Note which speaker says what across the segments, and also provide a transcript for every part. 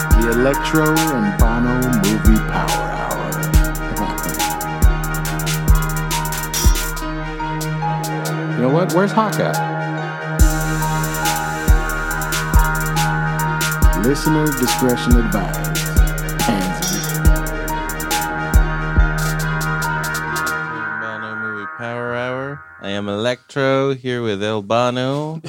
Speaker 1: Electro and Bono Movie Power Hour. you know what? Where's Hawk at? Listener discretion advised. Hands
Speaker 2: Bono Movie Power Hour. I am Electro here with El Bono.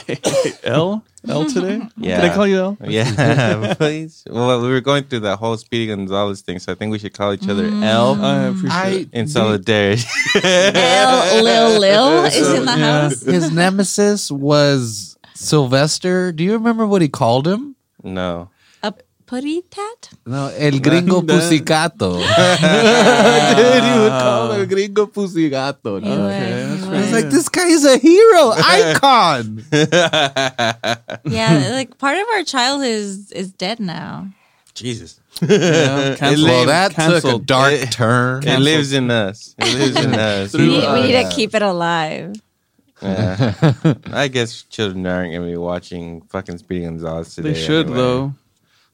Speaker 3: L L today.
Speaker 2: Yeah.
Speaker 3: Did I call you L?
Speaker 2: Yeah, please. Well, we were going through the whole Speedy Gonzalez thing, so I think we should call each other L
Speaker 3: Mm. I appreciate. it.
Speaker 2: in solidarity.
Speaker 4: L Lil Lil is in the
Speaker 3: yeah.
Speaker 4: house.
Speaker 5: His nemesis was Sylvester. Do you remember what he called him?
Speaker 2: no.
Speaker 4: A putty tat?
Speaker 5: No, El Gringo
Speaker 3: No.
Speaker 5: Pusicato. Dude, he would call him El Gringo Pusicato. dog.
Speaker 4: He would, he
Speaker 5: I was
Speaker 4: would.
Speaker 5: Ah. like, this guy is a hero, icon.
Speaker 4: Yeah, like part of our childhood is, is dead now.
Speaker 2: Jesus.
Speaker 3: Yeah, cancel.
Speaker 5: well, that took a
Speaker 3: canceled.
Speaker 5: dark
Speaker 2: It-
Speaker 5: turn.
Speaker 2: It lives in us. It lives in us.
Speaker 4: We need,
Speaker 3: Yeah.
Speaker 4: we need to keep it alive.
Speaker 2: Yeah. I guess children aren't going to be watching fucking Speedy Gonzalez today.
Speaker 3: They should
Speaker 2: anyway.
Speaker 3: though.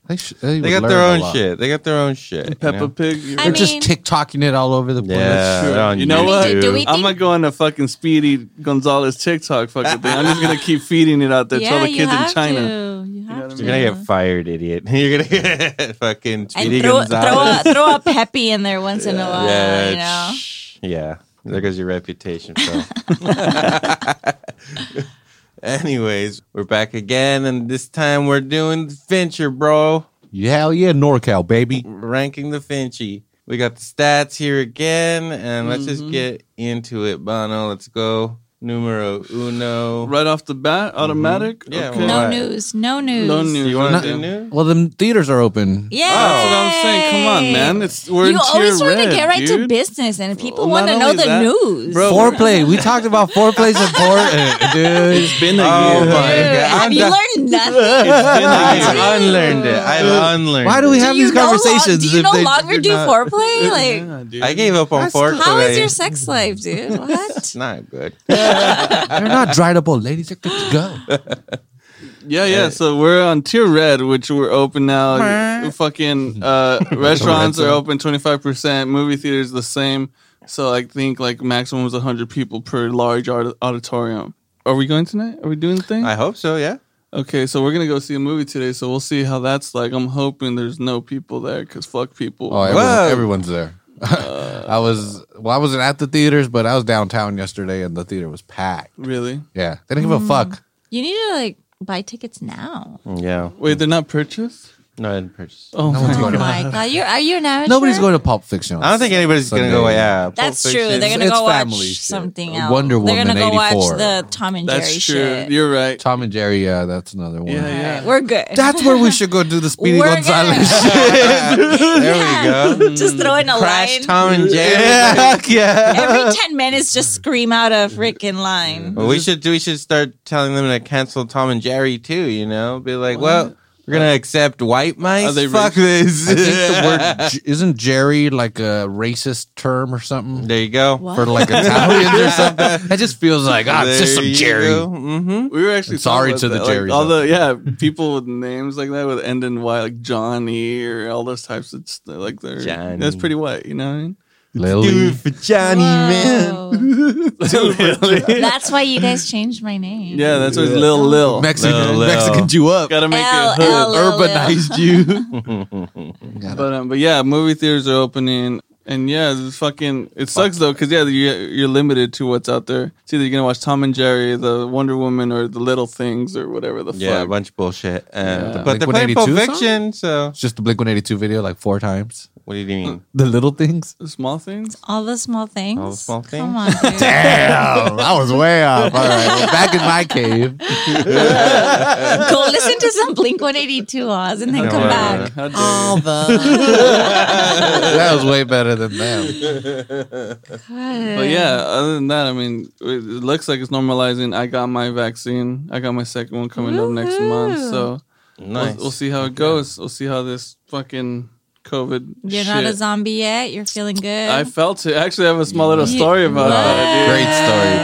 Speaker 5: They, sh- they
Speaker 2: They got
Speaker 5: would learn
Speaker 2: their
Speaker 5: a
Speaker 2: own
Speaker 5: lot.
Speaker 2: shit. They got their own shit. you
Speaker 3: Peppa
Speaker 2: know?
Speaker 3: Pig.
Speaker 4: I
Speaker 5: They're
Speaker 4: mean-
Speaker 5: just TikToking it all over the place.
Speaker 2: Yeah,
Speaker 3: Sure.
Speaker 2: they're on
Speaker 3: You know
Speaker 2: YouTube.
Speaker 3: what?
Speaker 4: Do- do we-
Speaker 3: I'm not going to fucking Speedy Gonzalez TikTok fucking thing. I'm just gonna keep feeding it out there to all
Speaker 4: yeah,
Speaker 3: the
Speaker 4: you
Speaker 3: kids in
Speaker 4: have
Speaker 3: China.
Speaker 4: to. You have
Speaker 3: what I
Speaker 4: to.
Speaker 2: You're gonna get fired, idiot. You're gonna get fucking Speedy
Speaker 4: and throw, throw,
Speaker 2: Gonzalez.
Speaker 4: a, throw a peppy in there once in a while,
Speaker 2: yeah,
Speaker 4: you know?
Speaker 2: shh. yeah. There goes your reputation, Phil. Anyways, we're back again, and this time we're doing Fincher, bro.
Speaker 5: Yeah, hell yeah, NorCal, baby.
Speaker 2: Ranking the Finchy. We got the stats here again, and let's
Speaker 4: Mm-hmm.
Speaker 2: just get into it, Bono. Let's go. Numero uno.
Speaker 3: Right off the bat, automatic.
Speaker 2: Mm-hmm. Yeah,
Speaker 3: Okay.
Speaker 2: well,
Speaker 4: No
Speaker 2: Why?
Speaker 4: news. No news.
Speaker 3: No news.
Speaker 2: Do you want
Speaker 3: Not-
Speaker 2: to do new?
Speaker 5: Well, the theaters are open.
Speaker 4: Yeah.
Speaker 3: That's what I'm saying. Come on, man. It's we're in
Speaker 4: You always
Speaker 3: tier
Speaker 4: want
Speaker 3: red,
Speaker 4: to get right
Speaker 3: dude.
Speaker 4: to business, and people
Speaker 3: Well,
Speaker 4: want to
Speaker 3: not
Speaker 4: know
Speaker 3: only
Speaker 4: the
Speaker 3: that,
Speaker 4: news.
Speaker 3: bro,
Speaker 5: Foreplay. We talked about foreplay's important, dude.
Speaker 3: It's been a
Speaker 2: Oh my
Speaker 3: year.
Speaker 4: Dude,
Speaker 2: God.
Speaker 4: have
Speaker 2: I'm
Speaker 4: you
Speaker 2: done.
Speaker 4: learned nothing?
Speaker 2: I unlearned it. I've unlearned
Speaker 5: Why do
Speaker 2: it.
Speaker 5: we have
Speaker 4: do you
Speaker 5: these
Speaker 4: no lo-
Speaker 5: conversations
Speaker 4: do you
Speaker 5: if
Speaker 4: no
Speaker 5: they-
Speaker 4: longer
Speaker 5: you're
Speaker 4: do
Speaker 5: not-
Speaker 4: foreplay? Like,
Speaker 3: Yeah, dude.
Speaker 2: I gave up on four.
Speaker 4: how is your sex life, dude? What?
Speaker 2: It's not good.
Speaker 5: They're not dried up old ladies. They're good to go.
Speaker 3: Yeah, yeah. So we're on tier red, which we're open now. Fucking uh, restaurants are open twenty five percent. Movie theaters the same. So I think like maximum was hundred people per large aud- auditorium. Are we going tonight? Are we doing the thing?
Speaker 2: I hope so. Yeah.
Speaker 3: okay, so we're gonna go see a movie today. So we'll see how that's like. I'm hoping there's no people there because fuck people.
Speaker 5: Oh,
Speaker 2: everyone-
Speaker 5: everyone,
Speaker 2: Whoa.
Speaker 5: everyone's there. I was well, I wasn't at the theaters, but I was downtown yesterday, and the theater was packed.
Speaker 3: really?
Speaker 5: Yeah, they didn't give
Speaker 4: Hmm.
Speaker 5: a fuck.
Speaker 4: You need to like buy tickets now.
Speaker 2: Yeah.
Speaker 3: Wait, they're not purchased.
Speaker 2: No, I didn't purchase.
Speaker 3: Oh,
Speaker 5: No
Speaker 3: my
Speaker 5: one's
Speaker 4: Oh
Speaker 5: going. To,
Speaker 4: my god, you're are you an amateur?
Speaker 5: nobody's going to Pulp Fiction.
Speaker 2: I don't think anybody's gonna go.
Speaker 5: Sunday.
Speaker 2: Yeah, Pulp
Speaker 4: That's true.
Speaker 2: Fiction.
Speaker 4: They're gonna
Speaker 5: It's
Speaker 4: go watch
Speaker 5: family shit. Uh,
Speaker 4: something else.
Speaker 5: Wonder
Speaker 4: They're gonna
Speaker 5: Woman
Speaker 4: go watch
Speaker 5: 84.
Speaker 4: the Tom and
Speaker 3: that's
Speaker 4: Jerry
Speaker 3: true.
Speaker 4: shit.
Speaker 3: You're right.
Speaker 5: Tom and Jerry. Yeah, that's another one.
Speaker 3: Yeah,
Speaker 4: All
Speaker 3: yeah.
Speaker 4: right, we're good.
Speaker 5: That's where we should go do the Speedy
Speaker 4: We're
Speaker 5: Gonzalez.
Speaker 4: gonna-
Speaker 5: shit.
Speaker 2: there we go.
Speaker 4: Just throw in a
Speaker 2: Crash
Speaker 4: line.
Speaker 2: Tom and Jerry.
Speaker 5: Yeah, heck yeah.
Speaker 4: Every ten minutes, just scream out a freaking line.
Speaker 2: Well, we should do- we should start telling them to cancel Tom and Jerry too. You know, be like, well, we're gonna accept white mice.
Speaker 3: Are they
Speaker 2: Fuck this.
Speaker 5: I think the word J- isn't Jerry like a racist term or something
Speaker 2: there you go.
Speaker 4: What?
Speaker 5: for like Italians or something. That just feels like ah, it's just some Jerry.
Speaker 2: Mm-hmm.
Speaker 3: We were actually
Speaker 5: I'm sorry
Speaker 3: talking
Speaker 5: to
Speaker 3: about
Speaker 5: the
Speaker 3: that.
Speaker 5: Jerry's
Speaker 3: Like, all
Speaker 5: out
Speaker 3: the yeah people with names like that with end in Y, like Johnny or all those types of st- like they're
Speaker 2: Johnny.
Speaker 3: that's pretty white, you know. what I mean?
Speaker 5: Lily.
Speaker 2: for Johnny,
Speaker 4: Whoa.
Speaker 3: yeah,
Speaker 4: That's why you guys changed my name.
Speaker 3: that's why it's Lil Lil.
Speaker 5: Mexican,
Speaker 2: No, no.
Speaker 5: Mexican Jew up.
Speaker 3: Gotta make
Speaker 4: L,
Speaker 3: it hood.
Speaker 4: L, Lil, Lil.
Speaker 3: urbanized you.
Speaker 5: Got it.
Speaker 3: but um, but yeah, movie theaters are opening. And yeah, it's fucking. It sucks though, because yeah, you you're limited to what's out there. It's either you're gonna watch Tom and Jerry, the Wonder Woman, or the Little Things, or whatever the
Speaker 2: Yeah, a
Speaker 3: fuck.
Speaker 2: bunch of bullshit. And,
Speaker 3: Yeah.
Speaker 2: But they're playing
Speaker 5: Blink
Speaker 2: Pulp
Speaker 5: 182 song?
Speaker 2: Fiction, so
Speaker 5: It's just the Blink 182 video like four times.
Speaker 2: what do you mean?
Speaker 5: The little things.
Speaker 3: The small things.
Speaker 4: All the small things.
Speaker 2: All the small
Speaker 4: Come on, dude.
Speaker 5: Damn, I was way off. All right, well, back in my cave.
Speaker 4: Go listen to some Blink 182 Oz and then
Speaker 2: No,
Speaker 4: come
Speaker 2: no,
Speaker 4: back.
Speaker 3: How dare
Speaker 5: All that was way better than them.
Speaker 3: But yeah, other than that, I mean, it it looks like it's normalizing. I got my vaccine. I got my second one coming up next month. So
Speaker 2: Nice.
Speaker 3: we'll, we'll see how it goes. We'll see how this fucking COVID.
Speaker 4: You're
Speaker 3: shit.
Speaker 4: not a zombie yet. You're feeling good.
Speaker 3: I felt it. Actually, I have a small little
Speaker 4: You-
Speaker 3: story about that. dude.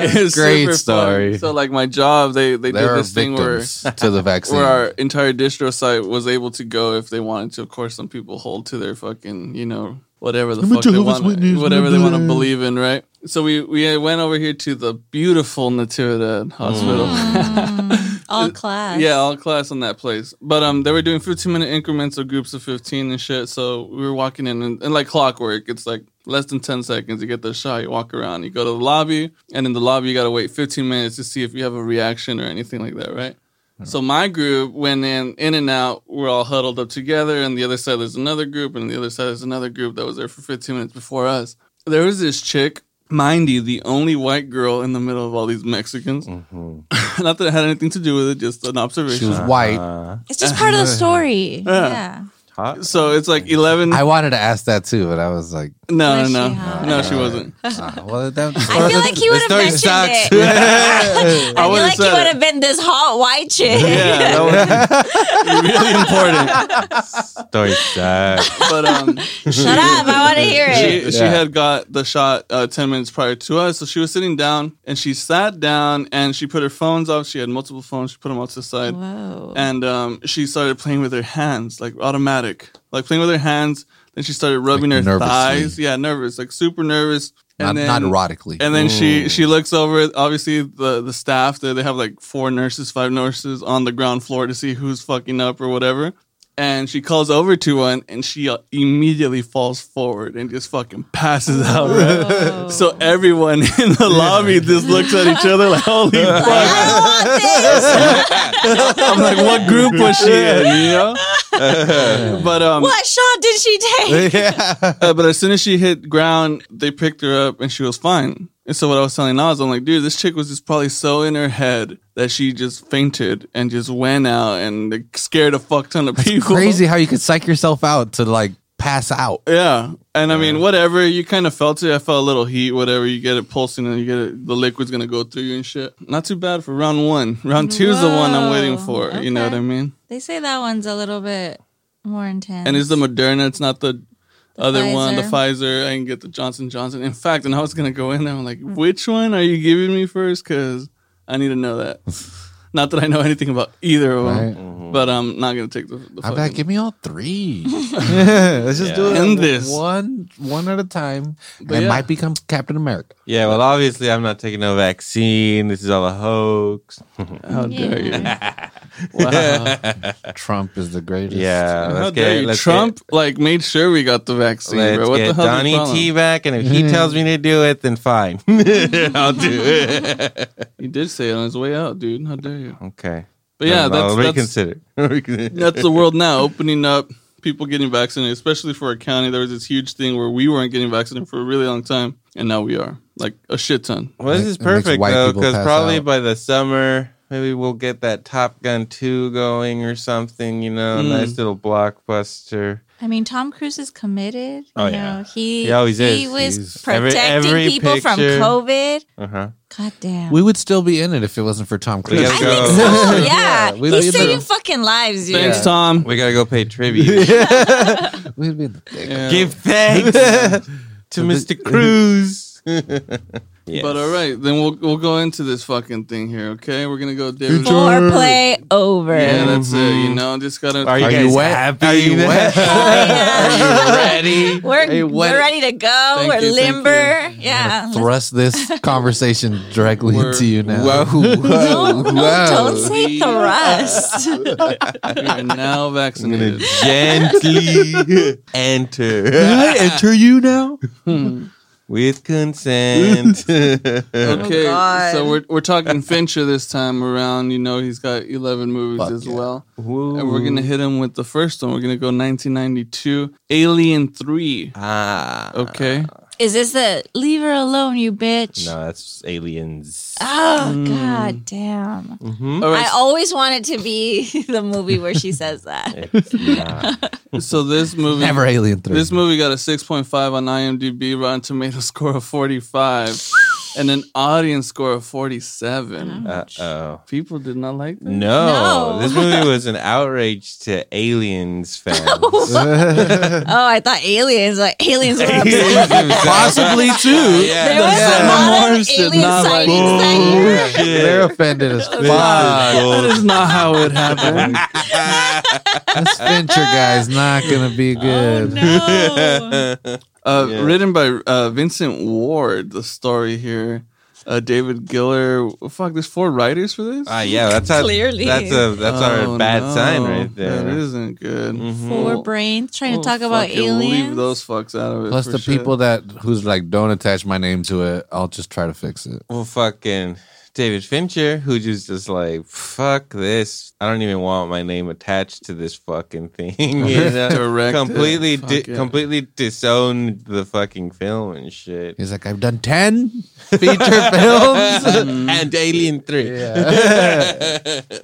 Speaker 5: Great story.
Speaker 3: It's
Speaker 5: Great
Speaker 3: super fun.
Speaker 5: story.
Speaker 3: So, like my job, they they
Speaker 5: there
Speaker 3: did
Speaker 5: are
Speaker 3: this thing where
Speaker 5: victims to the vaccine.
Speaker 3: where our entire distro site was able to go if they wanted to. Of course, some people hold to their fucking, you know, whatever the
Speaker 5: I'm a
Speaker 3: fuck they
Speaker 5: Jehovah's
Speaker 3: want,
Speaker 5: Witness,
Speaker 3: whatever
Speaker 5: blah,
Speaker 3: they
Speaker 5: blah,
Speaker 3: want to
Speaker 5: blah.
Speaker 3: believe in, right? So we we went over here to the beautiful Natividad Hospital.
Speaker 4: Mm, all class.
Speaker 3: uh, Yeah, all class on that place. But um, they were doing 15 minute increments of groups of 15 and shit. So we were walking in, and, and like clockwork, it's like less than 10 seconds. You get the shot, you walk around, you go to the lobby, and in the lobby, you got to wait 15 minutes to see if you have a reaction or anything like that, right? So my group went in, in and out. We're all huddled up together, and the other side there's another group, and the other side there's another group that was there for 15 minutes before us. There was this chick, mind you, the only white girl in the middle of all these Mexicans.
Speaker 2: Hmm.
Speaker 3: Not that it had anything to do with it, just an observation.
Speaker 5: Mm. she was white.
Speaker 2: Uh,
Speaker 4: It's just part of the story. Yeah.
Speaker 2: hot.
Speaker 3: So it's like eleven.
Speaker 5: I wanted to ask that too, but I was like,
Speaker 3: no,
Speaker 4: Was
Speaker 3: no,
Speaker 4: she
Speaker 3: no,
Speaker 4: hot?
Speaker 3: no. She wasn't.
Speaker 5: ah, well, that,
Speaker 4: I feel like he would have
Speaker 2: story
Speaker 4: mentioned
Speaker 2: sucks.
Speaker 4: it. I
Speaker 3: I,
Speaker 4: feel like
Speaker 3: would've
Speaker 4: he
Speaker 3: said
Speaker 4: would
Speaker 3: it.
Speaker 4: have been this hot white chick.
Speaker 3: Yeah, that was really important.
Speaker 2: Story sucks.
Speaker 3: But um,
Speaker 4: Shut up. I want to hear it.
Speaker 3: she, she had got the shot uh, 10 minutes prior to us. So she was sitting down and she sat down and she put her phones off. She had multiple phones. She put them off to the side.
Speaker 4: Whoa.
Speaker 3: And um, she started playing with her hands, like automatic, like playing with her hands. Then she started rubbing
Speaker 5: Like
Speaker 3: her
Speaker 5: nervously.
Speaker 3: thighs. Yeah, nervous, like super nervous.
Speaker 5: not,
Speaker 3: And then,
Speaker 5: not erotically.
Speaker 3: And then she she looks over. at- Obviously, the the staff there they have like four nurses, five nurses on the ground floor to see who's fucking up or whatever. And she calls over to one, and she uh, immediately falls forward and just fucking passes out. Right? So everyone in the lobby just looks at each other like, "Holy fuck!"
Speaker 4: I don't want this.
Speaker 3: I'm like, "What group was she in?" You know. but um,
Speaker 4: What shot did she take?
Speaker 5: yeah.
Speaker 3: uh, but as soon as she hit ground, they picked her up and she was fine. And so what I was telling Nas, I'm like, dude, this chick was just probably so in her head that she just fainted and just went out and like, scared a fuck ton of people.
Speaker 5: Crazy how you could psych yourself out to like pass out.
Speaker 3: Yeah. And I mean, whatever, you kind of felt it. I felt a little heat, whatever. You get it pulsing and you get it, the liquid's going to go through you and shit. Not too bad for round one. Round two's the one I'm waiting
Speaker 4: Whoa.
Speaker 3: for. You know
Speaker 4: Okay.
Speaker 3: what I mean?
Speaker 4: They say that one's a little bit more intense.
Speaker 3: and it's the Moderna. It's not the, other one, the
Speaker 4: Pfizer.
Speaker 3: Pfizer. I can get the Johnson Johnson. In fact, and I was gonna go in there. I'm like, which one are you giving me first? Because I need to know that. not that I know anything about either of them,
Speaker 2: Mm-hmm.
Speaker 3: but I'm not gonna take the. the
Speaker 5: How about
Speaker 3: fucking-
Speaker 5: give me all three? Let's just do it
Speaker 3: End this.
Speaker 5: one one at a time. And
Speaker 3: yeah.
Speaker 5: It might become Captain America.
Speaker 2: Yeah, well, obviously, I'm not taking no vaccine. This is all a hoax.
Speaker 3: How dare you? wow.
Speaker 5: Trump is the greatest.
Speaker 2: Yeah,
Speaker 3: How
Speaker 2: let's
Speaker 3: dare
Speaker 2: get
Speaker 3: you?
Speaker 2: let's
Speaker 3: Trump
Speaker 2: Get,
Speaker 3: like made sure we got the vaccine,
Speaker 2: let's
Speaker 3: bro. What the
Speaker 2: get
Speaker 3: hell? is
Speaker 2: Donnie
Speaker 3: the problem?
Speaker 2: T back, and if he tells me to do it, then fine, I'll do it.
Speaker 3: He did say it on his way out, dude. How dare you?
Speaker 2: Okay,
Speaker 3: But yeah,
Speaker 2: I'll-
Speaker 3: that's
Speaker 2: I'll
Speaker 3: that's
Speaker 2: reconsider. Reconsider.
Speaker 3: that's the world now opening up people getting vaccinated especially for our county there was this huge thing where we weren't getting vaccinated for a really long time and now we are like a shit ton
Speaker 2: Well, this is
Speaker 5: It makes
Speaker 2: perfect
Speaker 5: white
Speaker 2: though,
Speaker 5: people
Speaker 2: because
Speaker 5: pass
Speaker 2: probably
Speaker 5: out.
Speaker 2: by the summer, maybe we'll get that Top Gun two going or something. You know,
Speaker 3: Mm.
Speaker 2: nice little blockbuster.
Speaker 4: I mean, Tom Cruise is committed.
Speaker 2: Oh,
Speaker 4: you
Speaker 2: yeah.
Speaker 4: know, he
Speaker 2: He always
Speaker 4: he
Speaker 2: is.
Speaker 4: was
Speaker 5: He's-
Speaker 2: Every-
Speaker 4: protecting
Speaker 2: every
Speaker 4: people from
Speaker 2: picture.
Speaker 4: COVID.
Speaker 2: Uh huh.
Speaker 4: God damn.
Speaker 5: We would still be in it if it wasn't for Tom Cruise.
Speaker 2: gotta
Speaker 4: I
Speaker 2: go.
Speaker 4: think so. Yeah,
Speaker 5: we- we-
Speaker 4: he's saving fucking lives, dude.
Speaker 3: thanks tom
Speaker 2: We gotta go pay tribute.
Speaker 5: We'd be in the thick.
Speaker 3: Yeah.
Speaker 2: Give thanks to Mr. Cruz. Yes.
Speaker 3: but all right then we'll we'll go into this fucking thing here okay we're gonna go David.
Speaker 5: Enjoy.
Speaker 4: Foreplay over.
Speaker 3: yeah that's it you know just gotta
Speaker 2: Mm-hmm. Are you,
Speaker 5: Are you
Speaker 2: guys
Speaker 5: wet?
Speaker 2: happy?
Speaker 5: Are you wet?
Speaker 2: ready?
Speaker 4: We're,
Speaker 5: Hey, what-
Speaker 4: we're ready to go.
Speaker 3: Thank
Speaker 4: we're
Speaker 3: you, thank
Speaker 4: limber. Yeah.
Speaker 5: Thrust this conversation directly
Speaker 3: We're-
Speaker 5: into you now.
Speaker 2: Whoa, whoa.
Speaker 4: No, no, don't say thrust.
Speaker 3: we are now
Speaker 2: I'm gonna
Speaker 3: vaccinated
Speaker 2: gently enter
Speaker 5: I enter you now?
Speaker 2: with consent. Oh
Speaker 3: okay
Speaker 4: God.
Speaker 3: so we're, we're talking fincher this time around you know he's got 11 movies
Speaker 5: Fuck
Speaker 3: as
Speaker 5: yeah.
Speaker 3: well and
Speaker 2: and
Speaker 3: we're gonna hit him with the first one we're gonna go 1992 alien 3
Speaker 2: ah
Speaker 3: okay
Speaker 4: Is this the leave her alone, you bitch?
Speaker 2: No, that's aliens.
Speaker 3: Ah.
Speaker 4: Oh god damn.
Speaker 2: Mhm.
Speaker 3: all right
Speaker 4: I always want it to be the movie where she says that.
Speaker 2: It's not.
Speaker 3: So this movie,
Speaker 5: Never Alien 3.
Speaker 3: this movie got a 6.5 on IMDb, Rotten Tomatoes score of 45, and an audience score of 47.
Speaker 2: Uh oh.
Speaker 3: People did not like that.
Speaker 2: No,
Speaker 4: No.
Speaker 2: this movie was an outrage to aliens fans.
Speaker 4: Oh, I thought aliens. Like aliens were upset.
Speaker 2: Possibly
Speaker 3: too.
Speaker 2: Yeah.
Speaker 4: There was
Speaker 3: Yeah.
Speaker 4: a lot of
Speaker 3: Xenomorphs did
Speaker 4: alien
Speaker 3: not like-
Speaker 4: sightings that year.
Speaker 3: Oh,
Speaker 5: They're offended as fuck.
Speaker 3: That is not how it happened.
Speaker 5: This venture guy's not gonna be good.
Speaker 2: oh.
Speaker 4: No.
Speaker 3: Uh,
Speaker 2: Yeah.
Speaker 3: Written by uh, Vincent Ward, the story here. Uh, David Giller. Fuck, there's four writers for this?
Speaker 2: Ah, yeah, that's how,
Speaker 4: Clearly.
Speaker 2: that's a that's
Speaker 3: Oh,
Speaker 2: our bad
Speaker 3: no.
Speaker 2: sign right there.
Speaker 3: That isn't good.
Speaker 2: Mhm.
Speaker 4: Four
Speaker 3: Well,
Speaker 4: brains trying
Speaker 3: well,
Speaker 4: to talk about
Speaker 3: Oh, fuck it, we'll
Speaker 4: aliens.
Speaker 3: Leave those fucks out of it.
Speaker 5: Plus
Speaker 3: for
Speaker 5: the
Speaker 3: shit.
Speaker 5: people that who's like don't attach my name to it. I'll just try to fix it.
Speaker 2: Well, fucking David Fincher, who just just like fuck this. I don't even want my name attached to this fucking thing. You know?
Speaker 3: Direct it.
Speaker 2: completely, di-
Speaker 3: Fuck it.
Speaker 2: completely disowned the fucking film and shit.
Speaker 5: He's like, I've done ten feature films.
Speaker 2: and Alien Three.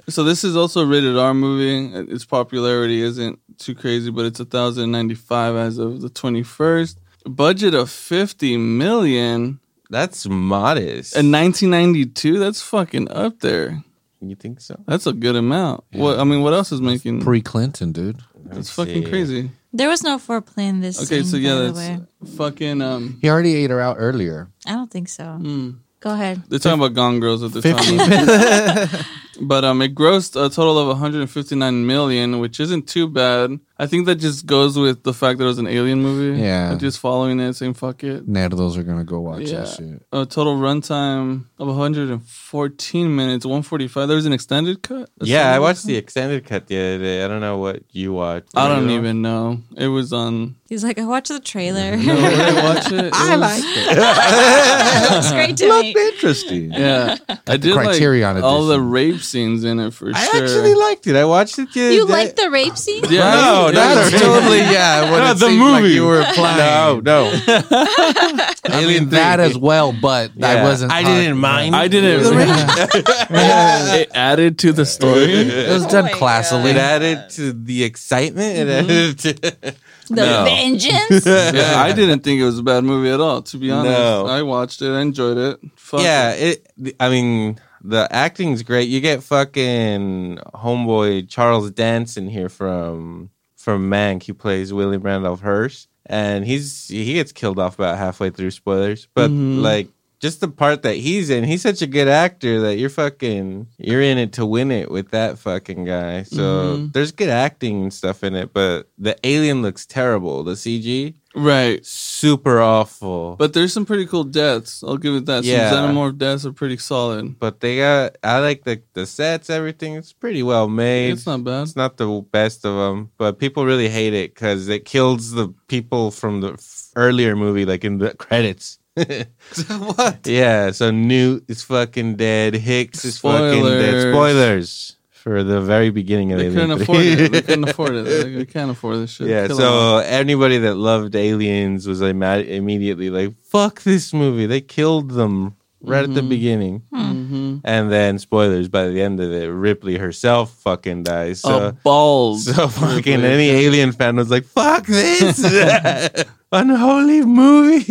Speaker 3: So this is also a rated R movie. Its popularity isn't too crazy, but it's 1,095 as of the 21st. Budget of 50 million
Speaker 2: That's modest.
Speaker 3: in 1992. That's fucking up there.
Speaker 2: you think so?
Speaker 3: That's a good amount. What I mean, what else is making?
Speaker 5: Pre Clinton, dude.
Speaker 3: That's fucking
Speaker 2: see.
Speaker 3: crazy.
Speaker 4: There was no foreplay in this.
Speaker 3: Okay,
Speaker 4: scene,
Speaker 3: so yeah,
Speaker 4: by the
Speaker 3: that's
Speaker 4: way.
Speaker 3: fucking. Um,
Speaker 5: He already ate her out earlier.
Speaker 4: I don't think so.
Speaker 3: hmm.
Speaker 4: Go ahead.
Speaker 3: they're talking about Gone Girls at the
Speaker 5: Fifty.
Speaker 3: time. But um, it grossed a total of 159 million, which isn't too bad. I think that just goes with the fact that it was an alien movie.
Speaker 5: Yeah.
Speaker 3: Like, just following it, saying fuck it.
Speaker 5: Nerdos are gonna go watch
Speaker 3: Yeah.
Speaker 5: that shit.
Speaker 3: A total runtime of 114 minutes, 145. There was an extended cut. A
Speaker 2: Yeah, I
Speaker 3: cinematic
Speaker 2: watched
Speaker 3: cut?
Speaker 2: the extended cut the other day. I don't know what you watched.
Speaker 3: I don't
Speaker 2: You know?
Speaker 3: even know. It was on.
Speaker 4: He's like, I watched the trailer.
Speaker 3: No, did I watch it? It was-
Speaker 4: it looks great to me.
Speaker 5: Interesting.
Speaker 3: Yeah, I did
Speaker 5: Criterion
Speaker 3: like all the
Speaker 5: edition.
Speaker 3: rape scenes in it for
Speaker 2: I
Speaker 3: sure.
Speaker 2: actually liked it. I watched it. The other
Speaker 4: You
Speaker 2: day.
Speaker 4: like the rape scene?
Speaker 3: Yeah,
Speaker 2: No,
Speaker 3: it
Speaker 2: that's
Speaker 3: was-
Speaker 2: totally-
Speaker 5: yeah.
Speaker 2: No,
Speaker 5: it
Speaker 2: the
Speaker 5: seemed like
Speaker 2: movie.
Speaker 5: you were
Speaker 2: No,
Speaker 5: applying.
Speaker 2: no.
Speaker 5: I
Speaker 2: Alien
Speaker 5: mean, that
Speaker 2: three.
Speaker 5: as well, but I
Speaker 2: Yeah.
Speaker 5: wasn't.
Speaker 2: I
Speaker 5: hot.
Speaker 2: didn't mind.
Speaker 3: I didn't. it added to the story.
Speaker 5: It was
Speaker 4: Oh
Speaker 5: done
Speaker 4: my God.
Speaker 5: classily.
Speaker 2: It added to the excitement. It added
Speaker 4: Mm-hmm.
Speaker 2: to
Speaker 4: The
Speaker 2: No.
Speaker 4: vengeance?
Speaker 3: yeah, I didn't think it was a bad movie at all. To be honest,
Speaker 2: No.
Speaker 3: I watched it. I enjoyed it. Fuck
Speaker 2: yeah.
Speaker 3: it.
Speaker 2: It. I mean, the acting's great. You get fucking homeboy Charles Danson here from from Mank. He plays Willie Randolph Hearst, and he's he gets killed off about halfway through spoilers. But
Speaker 3: Mhm.
Speaker 2: like. Just the part that he's in, he's such a good actor that you're fucking you're in it to win it with that fucking guy. So
Speaker 3: Mhm.
Speaker 2: there's good acting and stuff in it, but the alien looks terrible. The CG,
Speaker 3: right.
Speaker 2: super awful.
Speaker 3: But there's some pretty cool deaths. I'll give it that.
Speaker 2: Yeah.
Speaker 3: Some xenomorph deaths are pretty solid.
Speaker 2: but they got I like the the sets, everything. It's pretty well made.
Speaker 3: It's not bad.
Speaker 2: It's not the best of them, but people really hate it because it kills the people from the f- earlier movie, like in the credits.
Speaker 3: what?
Speaker 2: yeah, so Newt is fucking dead. Hicks is fucking
Speaker 3: Spoilers.
Speaker 2: dead. Spoilers for the very beginning of
Speaker 3: They
Speaker 2: Alien
Speaker 3: couldn't
Speaker 2: 3.
Speaker 3: afford it. They couldn't afford it. They, they can't afford this shit.
Speaker 2: Yeah,
Speaker 3: Kill
Speaker 2: so anybody that loved Aliens was ima- immediately like, "Fuck this movie!" They killed them right at the beginning.
Speaker 3: Mm-hmm. hmm
Speaker 2: And then spoilers by the end of it, Ripley herself fucking dies. So,
Speaker 3: a bald.
Speaker 2: so fucking
Speaker 3: Oh.
Speaker 2: any
Speaker 3: Ripley.
Speaker 2: alien fan was like, "Fuck this unholy movie."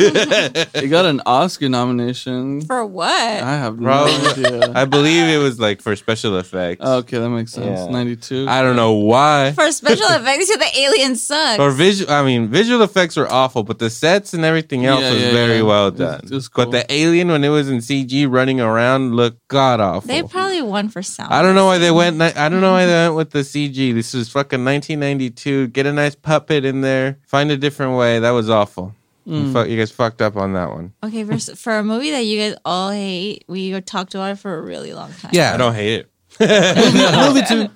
Speaker 3: It got an Oscar nomination.
Speaker 4: For what?
Speaker 3: I have no
Speaker 2: Probably-
Speaker 3: idea.
Speaker 2: I believe it was like for special effects.
Speaker 3: okay, that makes sense.
Speaker 2: Yeah.
Speaker 3: 92.
Speaker 2: I don't know why.
Speaker 4: For special effects, you the alien sucks.
Speaker 2: Or visual, I mean, visual effects were awful, but the sets and everything else
Speaker 3: Yeah,
Speaker 2: was
Speaker 3: yeah,
Speaker 2: very
Speaker 3: yeah.
Speaker 2: well
Speaker 3: It was-
Speaker 2: done.
Speaker 3: it was
Speaker 2: But
Speaker 3: cool.
Speaker 2: the alien, when it was in CG running around, looked god awful.
Speaker 4: they probably won for sound.
Speaker 2: I don't know why they went. ni- I don't know why they went with the CG. This was fucking 1992. Get a nice puppet in there. Find a different way. That was awful.
Speaker 3: Mm.
Speaker 2: You, fu- you guys fucked up on that one.
Speaker 4: Okay, for, s- for a movie that you guys all hate, we talked about it for a really long time.
Speaker 5: Yeah.
Speaker 2: I don't hate it.
Speaker 5: Movie two.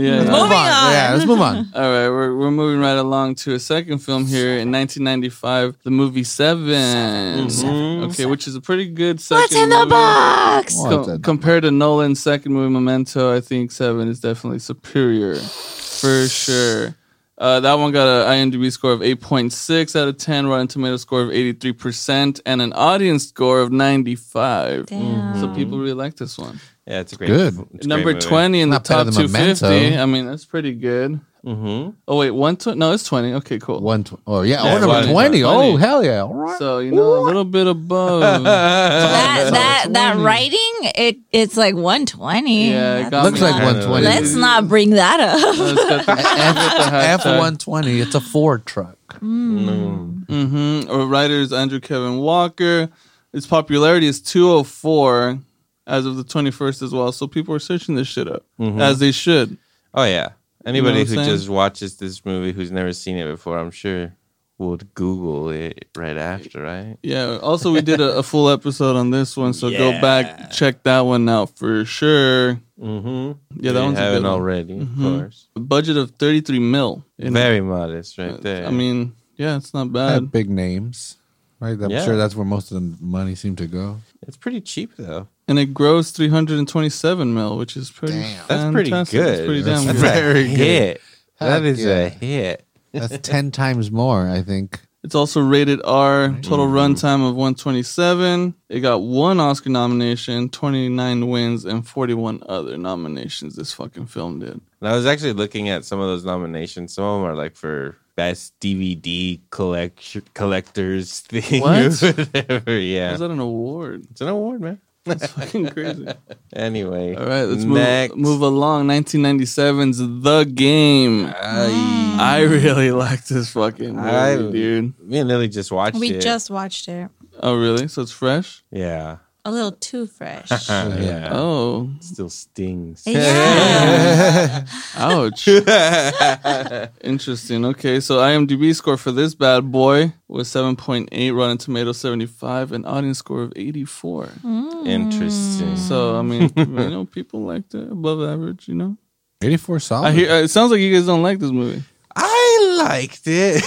Speaker 3: yeah.
Speaker 5: Let's move
Speaker 4: Moving
Speaker 5: on.
Speaker 4: on.
Speaker 5: Yeah, let's move on.
Speaker 3: All right, we're, we're moving right along to a second film here in 1995, the movie 7
Speaker 2: Mhm.
Speaker 3: Okay, which is a pretty good second.
Speaker 4: What's in the
Speaker 3: movie.
Speaker 4: box?
Speaker 5: What's
Speaker 3: Co-
Speaker 5: in-
Speaker 3: compared to Nolan's second movie, Memento, I think Seven is definitely superior, for sure. Uh, that one got an IMDb score of 8.6 out of 10, Rotten Tomato score of 83%, and an audience score of 95.
Speaker 4: Damn.
Speaker 3: So people really like this one.
Speaker 2: Yeah, it's a great.
Speaker 5: Good.
Speaker 2: it's a great
Speaker 3: Number
Speaker 2: movie.
Speaker 3: 20 in
Speaker 5: Not
Speaker 3: the
Speaker 5: better
Speaker 3: top
Speaker 5: than Memento.
Speaker 3: 250. I mean, that's pretty good.
Speaker 2: Mm-hmm.
Speaker 3: Oh wait, one tw- no, it's twenty. Okay, cool.
Speaker 5: One tw- oh yeah,
Speaker 2: Yeah,
Speaker 5: oh number
Speaker 2: 20.
Speaker 5: twenty. Oh
Speaker 3: 20.
Speaker 5: hell yeah! All right.
Speaker 3: So you know a little bit above.
Speaker 4: that that that writing it it's like 120.
Speaker 3: yeah, it got
Speaker 5: Looks
Speaker 3: me.
Speaker 5: like one twenty.
Speaker 4: Let's not bring that up.
Speaker 3: Let's get the-
Speaker 5: F one twenty. It's a Ford truck.
Speaker 2: Mm.
Speaker 3: Mm-hmm. Our writer is Andrew Kevin Walker. Its popularity is 204 as of the 21st as well. So people are searching this shit up as they should.
Speaker 2: Oh yeah. Anybody
Speaker 3: what I'm
Speaker 2: who
Speaker 3: saying?
Speaker 2: just watches this movie who's never seen it before, I'm sure would Google it right after, right?
Speaker 3: Yeah. Also, we did a, a full episode on this one, so go back check that one out for sure.
Speaker 2: Mm-hmm.
Speaker 3: Yeah, that one's a good
Speaker 2: haven't
Speaker 3: one.
Speaker 2: already, of course.
Speaker 3: A budget of 33 mil. You know, uh,
Speaker 2: Very modest, right there.
Speaker 3: I mean, yeah, it's not
Speaker 5: They
Speaker 3: bad.
Speaker 5: have big names, right? I'm
Speaker 2: Mm. Yeah.
Speaker 5: sure that's where most of the money seemed to go.
Speaker 2: it's pretty cheap though.
Speaker 3: And it grossed 327 mil, which is pretty.
Speaker 5: Damn.
Speaker 2: That's pretty
Speaker 3: fantastic.
Speaker 2: good.
Speaker 3: That's pretty
Speaker 5: That's
Speaker 3: damn
Speaker 2: That's
Speaker 3: good.
Speaker 2: a
Speaker 5: Very good.
Speaker 2: hit. That
Speaker 5: Heck
Speaker 2: is
Speaker 5: yeah.
Speaker 2: a hit.
Speaker 5: That's ten times more, I think.
Speaker 3: It's also rated R. Total runtime of 127. It got one Oscar nomination, 29 wins, and 41 other nominations. This fucking film did.
Speaker 2: And I was actually looking at some of those nominations. Some of them are like for best DVD collection collectors thing. or
Speaker 3: What?
Speaker 2: whatever. Yeah.
Speaker 3: Is that an award?
Speaker 2: it's an award, man.
Speaker 3: That's fucking crazy.
Speaker 2: Anyway.
Speaker 3: All right, let's
Speaker 2: next.
Speaker 3: move, move along. 1997's The Game. I really like this fucking movie,
Speaker 2: I-
Speaker 3: dude.
Speaker 2: Me and Lily just watched
Speaker 4: we
Speaker 2: it.
Speaker 4: just watched it.
Speaker 3: Oh, really? So it's fresh?
Speaker 2: Yeah.
Speaker 4: A little too fresh.
Speaker 2: yeah.
Speaker 3: Oh,
Speaker 2: Still stings.
Speaker 4: yeah.
Speaker 3: ouch. Interesting. Okay, so IMDb score for this bad boy was 7.8, Rotten Tomatoes 75, and audience score of 84.
Speaker 2: Interesting.
Speaker 3: So I mean, you know, people liked it above average. You know,
Speaker 5: Eighty-four solid.
Speaker 3: I hear
Speaker 2: uh,
Speaker 3: uh, it sounds like you guys don't like this movie.
Speaker 2: I liked it.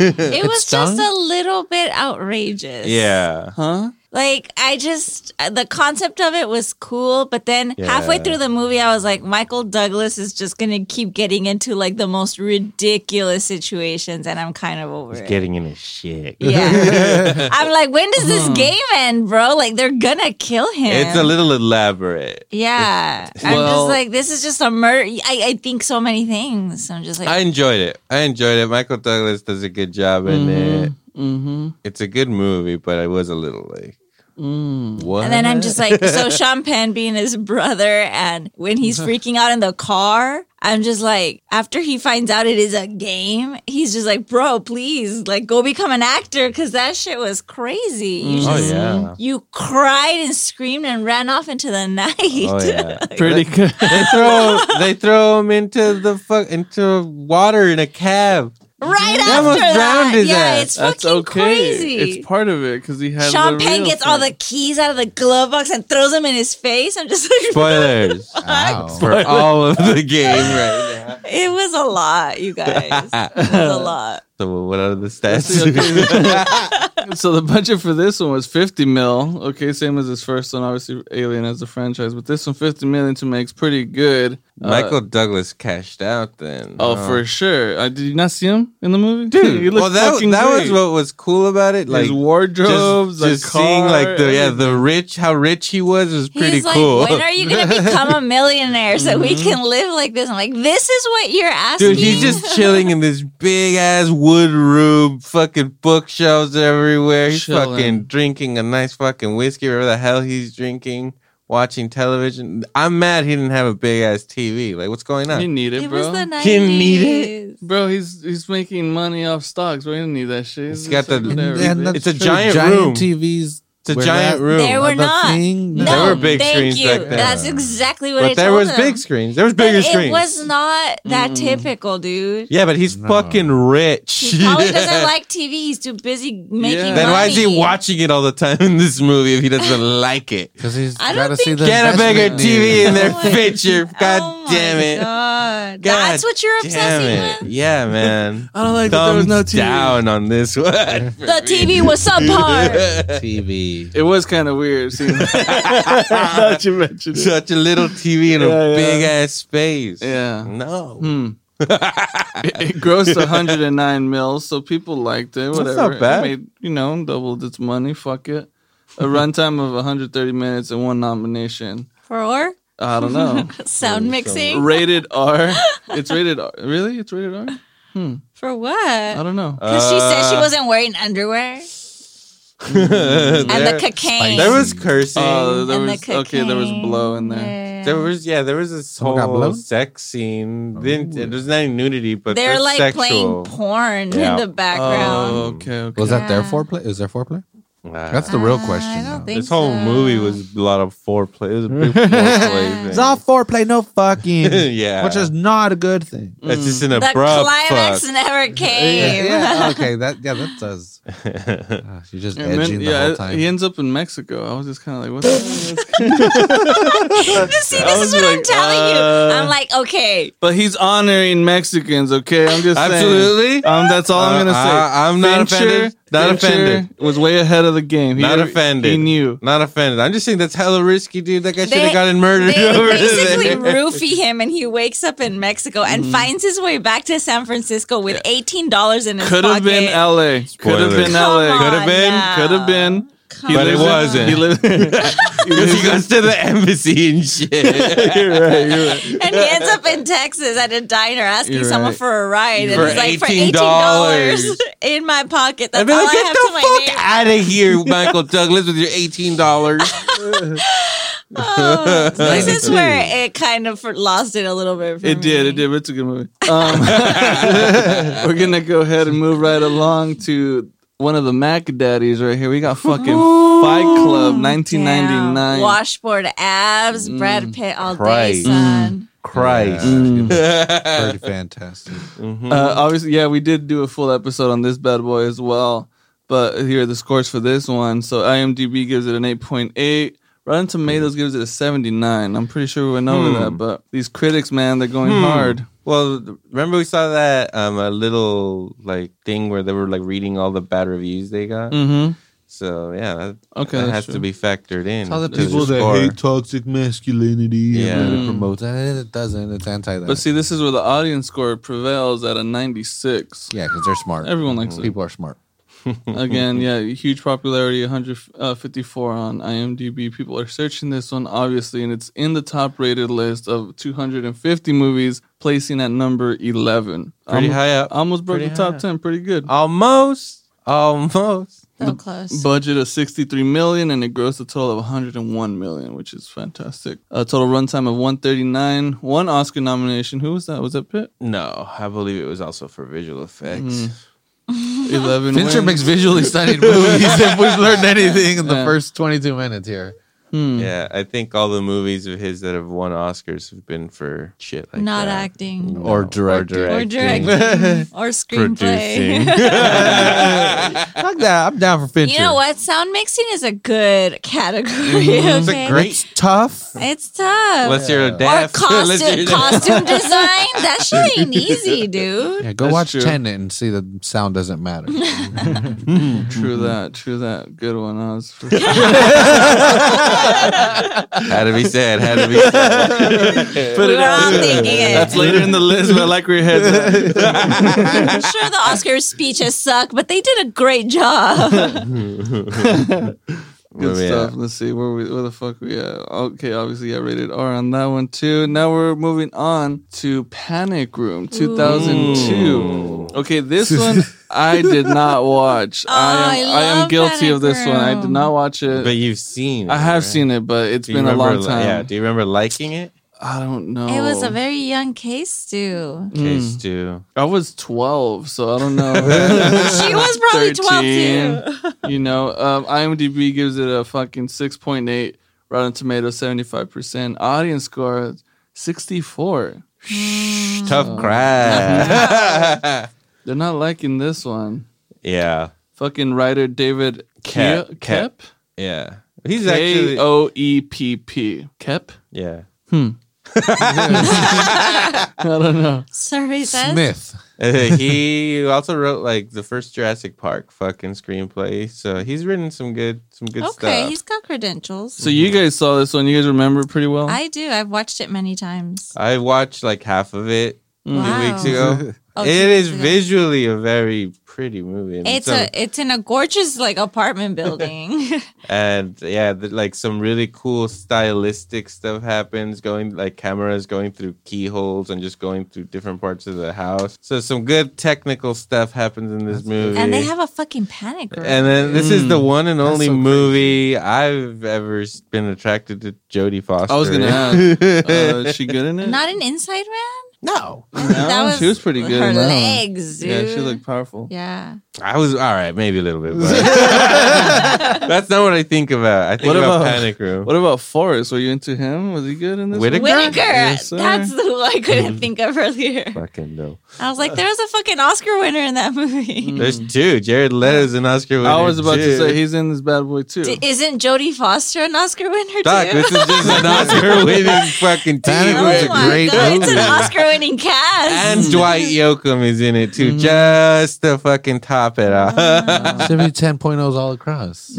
Speaker 4: It was
Speaker 5: stung?
Speaker 4: just a little bit outrageous.
Speaker 2: yeah.
Speaker 3: Huh?
Speaker 4: Like I just the concept of it was cool, but then halfway
Speaker 2: Yeah.
Speaker 4: through the movie I was like Michael Douglas is just going to keep getting into like the most ridiculous situations and I'm kind of over it.
Speaker 2: Getting in his shit.
Speaker 4: yeah. I'm like when does this game end, bro? Like they're going to kill him.
Speaker 2: It's a little elaborate.
Speaker 4: Yeah. I'm
Speaker 3: Well-
Speaker 4: just like this is just a murder I I think so many things. I'm just like
Speaker 2: I enjoyed it. I enjoyed it. Michael Douglas does a good job in it.
Speaker 3: Mm-hmm.
Speaker 2: It's a good movie, but I was a little like,
Speaker 3: Mm.
Speaker 2: what?
Speaker 4: And then I'm just like, so Sean Penn being his brother, and when he's freaking out in the car, I'm just like, after he finds out it is a game, he's just like, bro, please, like, go become an actor because that shit was crazy. You
Speaker 3: Mm.
Speaker 2: oh
Speaker 4: just,
Speaker 2: yeah.
Speaker 4: you cried and screamed and ran off into the night.
Speaker 2: Oh yeah.
Speaker 3: Pretty good.
Speaker 2: they throw they throw him into the fuck into water in a cab.
Speaker 4: right after
Speaker 2: almost
Speaker 4: that,
Speaker 2: drowned his
Speaker 4: yeah,
Speaker 2: ass.
Speaker 4: it's
Speaker 3: That's
Speaker 4: fucking
Speaker 3: okay.
Speaker 4: crazy.
Speaker 3: It's part of it because he had
Speaker 4: Sean
Speaker 3: the
Speaker 4: Penn
Speaker 3: real
Speaker 4: gets all the
Speaker 3: thing.
Speaker 4: keys out of the glove box and throws them in his face. I'm just like,
Speaker 2: Spoilers
Speaker 5: Wow.
Speaker 2: for all of the game right now.
Speaker 4: it was a lot, you guys. It was a lot.
Speaker 2: So what are the stats?
Speaker 3: So the budget for this one was 50 mil. Okay, same as his first one. Obviously, Alien as a franchise, but this one 50 million to make's pretty good. Uh,
Speaker 2: Michael Douglas cashed out then.
Speaker 3: Oh, for sure. Uh, did you not see him in the movie,
Speaker 2: dude.
Speaker 3: he looked
Speaker 2: well, that
Speaker 3: fucking
Speaker 2: that
Speaker 3: great.
Speaker 2: was what was cool about it. Like
Speaker 3: his
Speaker 2: just,
Speaker 3: wardrobes, the
Speaker 2: just
Speaker 3: car,
Speaker 2: seeing like the yeah the rich how rich he was was pretty
Speaker 4: He's
Speaker 2: cool. Mm-hmm.
Speaker 4: like, when are you going to become a millionaire so we can live like this? I'm like, this is what you're asking.
Speaker 2: Dude, he's just chilling in this big ass wood room, fucking bookshelves everywhere. He's
Speaker 3: Chilling.
Speaker 2: fucking drinking a nice fucking whiskey, whatever the hell he's drinking, watching television. I'm mad he didn't have a big ass TV. Like, what's going
Speaker 3: He
Speaker 2: on?
Speaker 3: need it,
Speaker 4: it
Speaker 3: bro.
Speaker 4: was the 90s.
Speaker 2: Didn't need it.
Speaker 3: bro, he's he's making money off stocks. We didn't need that shit.
Speaker 2: He's
Speaker 3: It's
Speaker 2: got
Speaker 3: like
Speaker 2: the-
Speaker 5: And-
Speaker 3: whatever,
Speaker 5: and
Speaker 3: bitch.
Speaker 5: that's
Speaker 2: It's a
Speaker 5: true.
Speaker 2: giant room.
Speaker 5: TVs.
Speaker 2: It's a
Speaker 5: were
Speaker 2: giant
Speaker 5: that-
Speaker 2: room.
Speaker 4: There were
Speaker 5: the
Speaker 4: not.
Speaker 5: thing-
Speaker 4: No,
Speaker 2: There were big
Speaker 4: thank
Speaker 2: screens
Speaker 4: you.
Speaker 2: back then.
Speaker 4: That's exactly what I
Speaker 2: but there
Speaker 4: told
Speaker 2: was
Speaker 4: him.
Speaker 2: big screens. There was
Speaker 4: But
Speaker 2: bigger
Speaker 4: it
Speaker 2: screens. Mm.
Speaker 4: was not that typical, dude.
Speaker 2: yeah, but he's
Speaker 5: No.
Speaker 2: fucking rich.
Speaker 4: He probably doesn't like TV. He's too busy making
Speaker 3: Yeah.
Speaker 4: money.
Speaker 2: then why is he watching it all the time in this movie if he doesn't like it?
Speaker 5: Because he's
Speaker 4: I don't
Speaker 5: got to see
Speaker 4: think-
Speaker 5: the
Speaker 2: Get a bigger
Speaker 5: investment
Speaker 2: TV
Speaker 5: needed.
Speaker 2: in their
Speaker 4: Oh my-
Speaker 2: picture. God
Speaker 4: Oh my
Speaker 2: damn it.
Speaker 4: God.
Speaker 2: God
Speaker 4: That's what you're
Speaker 2: damn
Speaker 4: obsessing
Speaker 2: it.
Speaker 4: with?
Speaker 2: Yeah, man.
Speaker 3: I don't like that
Speaker 2: Thumbs
Speaker 3: there was no TV.
Speaker 2: down on this one.
Speaker 4: The TV was subpar.
Speaker 5: TV.
Speaker 3: It was kind of weird. See, that you mentioned it.
Speaker 2: Such a little TV in a
Speaker 3: Yeah, yeah.
Speaker 2: big ass space.
Speaker 3: Yeah.
Speaker 2: No.
Speaker 3: Hmm. it, it grossed 109 mil, so people liked it. Whatever.
Speaker 2: not bad.
Speaker 3: It made, you know, doubled its money. Fuck it. A runtime of 130 minutes and one nomination.
Speaker 4: For
Speaker 3: I don't know.
Speaker 4: Sound mixing
Speaker 3: rated R. It's rated R. Really? It's rated R?
Speaker 4: for
Speaker 3: I
Speaker 4: what?
Speaker 3: don't know.
Speaker 4: Because she said she
Speaker 2: Uh,
Speaker 4: wasn't wearing underwear and the
Speaker 2: there,
Speaker 4: cocaine.
Speaker 2: there was cursing.
Speaker 3: Oh, there
Speaker 4: and
Speaker 3: was
Speaker 4: the
Speaker 3: okay. There was
Speaker 4: cocaine.
Speaker 3: blow in there.
Speaker 4: Yeah.
Speaker 2: there was yeah, there was this
Speaker 5: Someone got
Speaker 2: whole
Speaker 5: blown?
Speaker 2: sex
Speaker 3: Oh.
Speaker 2: scene. Didn't there's not any nudity, but
Speaker 4: They're
Speaker 2: there's
Speaker 4: like
Speaker 2: sexual.
Speaker 4: playing porn
Speaker 2: Yeah.
Speaker 4: in the background.
Speaker 3: Oh, okay. Okay.
Speaker 5: Was that their
Speaker 4: Yeah.
Speaker 5: foreplay? Is there foreplay?
Speaker 2: Ah.
Speaker 5: That's the real
Speaker 4: Uh,
Speaker 5: question.
Speaker 4: I don't
Speaker 5: though.
Speaker 4: think
Speaker 2: this whole
Speaker 4: so.
Speaker 2: movie was a lot of foreplay. It was a big foreplay. thing.
Speaker 5: It's all foreplay, no fucking.
Speaker 2: Yeah.
Speaker 5: Which is not a good thing.
Speaker 2: That's just an
Speaker 4: Mm. the
Speaker 2: abrupt
Speaker 4: climax never came.
Speaker 5: Yeah, okay, that yeah, that
Speaker 2: fuck.
Speaker 5: does. Uh, you're just
Speaker 3: Yeah,
Speaker 5: edging
Speaker 3: man,
Speaker 5: the
Speaker 3: yeah,
Speaker 5: whole time.
Speaker 3: he ends up in Mexico. I was just kind of like, what? the hell?
Speaker 4: See,
Speaker 3: I
Speaker 4: this
Speaker 3: was
Speaker 4: is what I'm
Speaker 3: like,
Speaker 4: telling you.
Speaker 3: uh,
Speaker 4: I'm like, okay,
Speaker 3: But he's honoring Mexicans. Okay, I'm just saying.
Speaker 2: Absolutely.
Speaker 3: Um, that's all I'm
Speaker 2: Uh,
Speaker 3: gonna say.
Speaker 2: I- I'm not offended. Not offended.
Speaker 3: Was way ahead of the game. He,
Speaker 2: Not offended.
Speaker 3: He knew.
Speaker 2: Not offended. I'm just saying that's hella risky, dude. That guy should
Speaker 4: They-
Speaker 2: have gotten murdered
Speaker 4: they
Speaker 2: over
Speaker 4: basically
Speaker 2: there.
Speaker 4: roofie him, and he wakes up in Mexico and
Speaker 3: Mm.
Speaker 4: finds his way back to San Francisco with eighteen dollars in his
Speaker 3: Could have
Speaker 4: pocket.
Speaker 3: been L.A. Could have been
Speaker 2: Spoilers.
Speaker 3: L.A.
Speaker 4: Come
Speaker 3: Could have been.
Speaker 4: on
Speaker 3: Could have
Speaker 4: now.
Speaker 3: been.
Speaker 4: Come
Speaker 2: But it
Speaker 3: lives
Speaker 4: on.
Speaker 3: in-
Speaker 2: wasn't.
Speaker 3: He lives. he
Speaker 2: Because
Speaker 3: lives
Speaker 2: he goes to the embassy and shit.
Speaker 3: in- you're right. You're right.
Speaker 4: And he ends up in Texas at a diner asking
Speaker 3: You're
Speaker 4: someone
Speaker 3: right.
Speaker 4: for a ride,
Speaker 2: For
Speaker 4: and he's like, "For eighteen
Speaker 2: $18.
Speaker 4: dollars in my pocket,
Speaker 2: I'd
Speaker 4: that's
Speaker 2: be
Speaker 4: all
Speaker 2: like,
Speaker 4: I
Speaker 2: get
Speaker 4: have to my
Speaker 2: the
Speaker 4: name."
Speaker 2: fuck out of here, Michael Douglas, with your eighteen dollars.
Speaker 4: Oh, this is
Speaker 5: 92.
Speaker 4: where it kind of lost it a little bit. For
Speaker 3: It did.
Speaker 4: me.
Speaker 3: It did. But it's a good movie. Um, we're gonna go ahead and move right along to one of the Mac Daddies right here. We got fucking Fight Club, 1999.
Speaker 4: Damn. Washboard abs, Brad Pitt all day,
Speaker 2: Mm, Christ.
Speaker 4: son.
Speaker 2: Christ.
Speaker 4: Mm.
Speaker 5: pretty fantastic.
Speaker 3: Uh, obviously, yeah, we did do a full episode on this bad boy as well. But here are the scores for this one. So IMDb gives it an 8.8. Rotten Tomatoes gives it a 79. I'm pretty sure we went over that, but these critics, man, they're going hard.
Speaker 2: Well, th- remember we saw that um a little like thing where they were like reading all the bad reviews they got.
Speaker 4: Mm.
Speaker 3: Mm-hmm.
Speaker 2: So yeah, that,
Speaker 3: Okay,
Speaker 2: that
Speaker 3: that's
Speaker 2: has
Speaker 3: true.
Speaker 2: to be factored in.
Speaker 5: All the
Speaker 2: to the
Speaker 5: people that
Speaker 2: score.
Speaker 5: hate toxic masculinity
Speaker 2: Yeah.
Speaker 5: and
Speaker 3: Mm.
Speaker 5: it promotes that. It doesn't. It's anti that.
Speaker 3: But see, this is where the audience score prevails at a 96.
Speaker 5: yeah, because they're smart.
Speaker 3: Everyone likes it.
Speaker 5: People are smart.
Speaker 3: Again, yeah, huge popularity, 154 on IMDb. People are searching this one, obviously, and it's in the top rated list of 250 movies, placing at number 11.
Speaker 2: pretty
Speaker 3: Almo-
Speaker 2: high up.
Speaker 3: Almost broke
Speaker 2: Pretty
Speaker 3: the top
Speaker 2: high.
Speaker 3: 10, pretty good.
Speaker 2: almost, almost.
Speaker 4: So close.
Speaker 3: Budget of 63 million, and it grossed a total of 101 million, which is fantastic. A total runtime of 139, one Oscar nomination. Who was that? Was that Pitt?
Speaker 2: No, I believe it was also for visual effects.
Speaker 3: 11.
Speaker 5: Fincher
Speaker 3: wins.
Speaker 5: makes visually stunning movies. if we've learned anything in the
Speaker 3: Yeah.
Speaker 5: first 22 minutes here,
Speaker 3: Hmm.
Speaker 2: Yeah, I think all the movies of his that have won Oscars have been for shit like
Speaker 4: Not
Speaker 2: that.
Speaker 4: acting.
Speaker 5: Or directing.
Speaker 4: Or directing. or
Speaker 2: Producing.
Speaker 4: screenplay.
Speaker 5: fuck that. I'm down for Fincher.
Speaker 4: you know what? Sound mixing is a good category.
Speaker 2: Mm-hmm. It's
Speaker 4: okay?
Speaker 2: a great.
Speaker 5: Tough.
Speaker 4: It's tough.
Speaker 2: Let's hear a
Speaker 4: or
Speaker 2: death. Let's hear a
Speaker 4: costume,
Speaker 2: death.
Speaker 4: costume design. That shit ain't easy, dude.
Speaker 5: Yeah, go
Speaker 3: That's
Speaker 5: watch
Speaker 3: true.
Speaker 5: Tenet and see the sound doesn't matter.
Speaker 3: True that. True that. Good one, Oz. For
Speaker 2: Had to be said. Had to be said.
Speaker 3: Put
Speaker 4: We
Speaker 3: it
Speaker 4: were all
Speaker 3: out there.
Speaker 4: thinking it.
Speaker 3: That's later in the list, but I like where your head's at.
Speaker 4: I'm sure the Oscars speeches suck, but they did a great job.
Speaker 2: Where
Speaker 3: Good
Speaker 2: we
Speaker 3: stuff.
Speaker 2: at?
Speaker 3: Let's see where we where the fuck we at. Okay, obviously yeah, rated R on that one too. Now we're moving on to Panic Room 2002. Okay, this one I did not watch. I
Speaker 4: Oh,
Speaker 3: am I,
Speaker 4: I
Speaker 3: am
Speaker 4: love
Speaker 3: guilty of
Speaker 4: Panic
Speaker 3: this one. I did
Speaker 4: Room.
Speaker 3: not watch it.
Speaker 2: But you've seen.
Speaker 3: I have
Speaker 2: right?
Speaker 3: seen it, but it's
Speaker 2: Do you
Speaker 3: been a long
Speaker 2: remember li-
Speaker 3: time.
Speaker 2: Yeah. Do you remember liking it?
Speaker 3: I don't know. Hmm.
Speaker 4: It was a very young case, too.
Speaker 2: Case
Speaker 3: Mm.
Speaker 2: two.
Speaker 3: I was 12, so I don't know.
Speaker 4: She was probably 12, too.
Speaker 3: 13. you know, um, IMDb gives it a fucking 6.8, Rotten Tomatoes 75%, audience score 64.
Speaker 4: Mm.
Speaker 3: Oh.
Speaker 2: Tough crowd.
Speaker 3: They're not liking this one.
Speaker 2: yeah.
Speaker 3: Fucking writer David
Speaker 2: Kep.
Speaker 3: Ke-
Speaker 2: Kep.
Speaker 3: Kep.
Speaker 2: Yeah. He's
Speaker 3: K
Speaker 2: actually.
Speaker 3: O E P P. Kep?
Speaker 2: Yeah.
Speaker 3: I don't know.
Speaker 4: Survey says.
Speaker 5: Smith.
Speaker 2: Uh, he also wrote like the first Jurassic Park fucking screenplay. So he's written some good some good
Speaker 4: Okay,
Speaker 2: stuff.
Speaker 4: he's got credentials.
Speaker 3: So you
Speaker 2: Mm-hmm.
Speaker 3: guys saw this one. You guys remember it pretty well?
Speaker 4: I do. I've watched it many times.
Speaker 2: I watched like half of it two
Speaker 4: Mm. Wow.
Speaker 2: weeks ago.
Speaker 4: Oh, two
Speaker 2: it
Speaker 4: years
Speaker 2: is
Speaker 4: ago.
Speaker 2: visually a very pretty movie. And
Speaker 4: It's
Speaker 2: some-
Speaker 4: a it's in a gorgeous like apartment building.
Speaker 2: and yeah, th- like some really cool stylistic stuff happens. Going like cameras going through keyholes and just going through different parts of the house. So some good technical stuff happens in this movie.
Speaker 4: and they have a fucking panic room.
Speaker 2: And then this is the one and only
Speaker 5: Mm. so crazy.
Speaker 2: movie I've ever s- been attracted to Jodie Foster.
Speaker 3: I was gonna
Speaker 2: in.
Speaker 3: ask, uh, is she good in it?
Speaker 4: Not an inside man.
Speaker 5: No.
Speaker 3: No, she was pretty good.
Speaker 4: Her
Speaker 3: in that.
Speaker 4: legs, dude.
Speaker 3: Yeah, she looked powerful.
Speaker 4: Yeah.
Speaker 2: I was all right, maybe a little bit. But that's not what I think about. I think
Speaker 3: What
Speaker 2: about,
Speaker 3: about-
Speaker 2: Panic Room.
Speaker 3: What about Forrest? Were you into him? Was he good in this?
Speaker 2: Whittaker?
Speaker 3: one?
Speaker 4: Whitaker.
Speaker 3: Yes, sir.
Speaker 4: That's who I couldn't think of earlier.
Speaker 2: Fucking no.
Speaker 4: I was like, there was a fucking Oscar winner in that movie.
Speaker 2: There's two. Jared Leto's an Oscar winner.
Speaker 3: Hmm. I was about to
Speaker 2: too.
Speaker 3: say he's in this bad boy too.
Speaker 4: D- isn't Jodie Foster an Oscar winner
Speaker 2: Doc,
Speaker 4: too?
Speaker 2: this is just an Oscar winning fucking
Speaker 5: Panic
Speaker 2: team.
Speaker 5: Room's a
Speaker 4: oh my
Speaker 5: great
Speaker 4: god, it's an
Speaker 5: movie.
Speaker 4: Oscar winning cast. Mm.
Speaker 2: And Dwight Yoakam is in it
Speaker 3: Mm-hmm.
Speaker 2: too, just to fucking top it off.
Speaker 3: Ah.
Speaker 5: Should be 10.0s all across.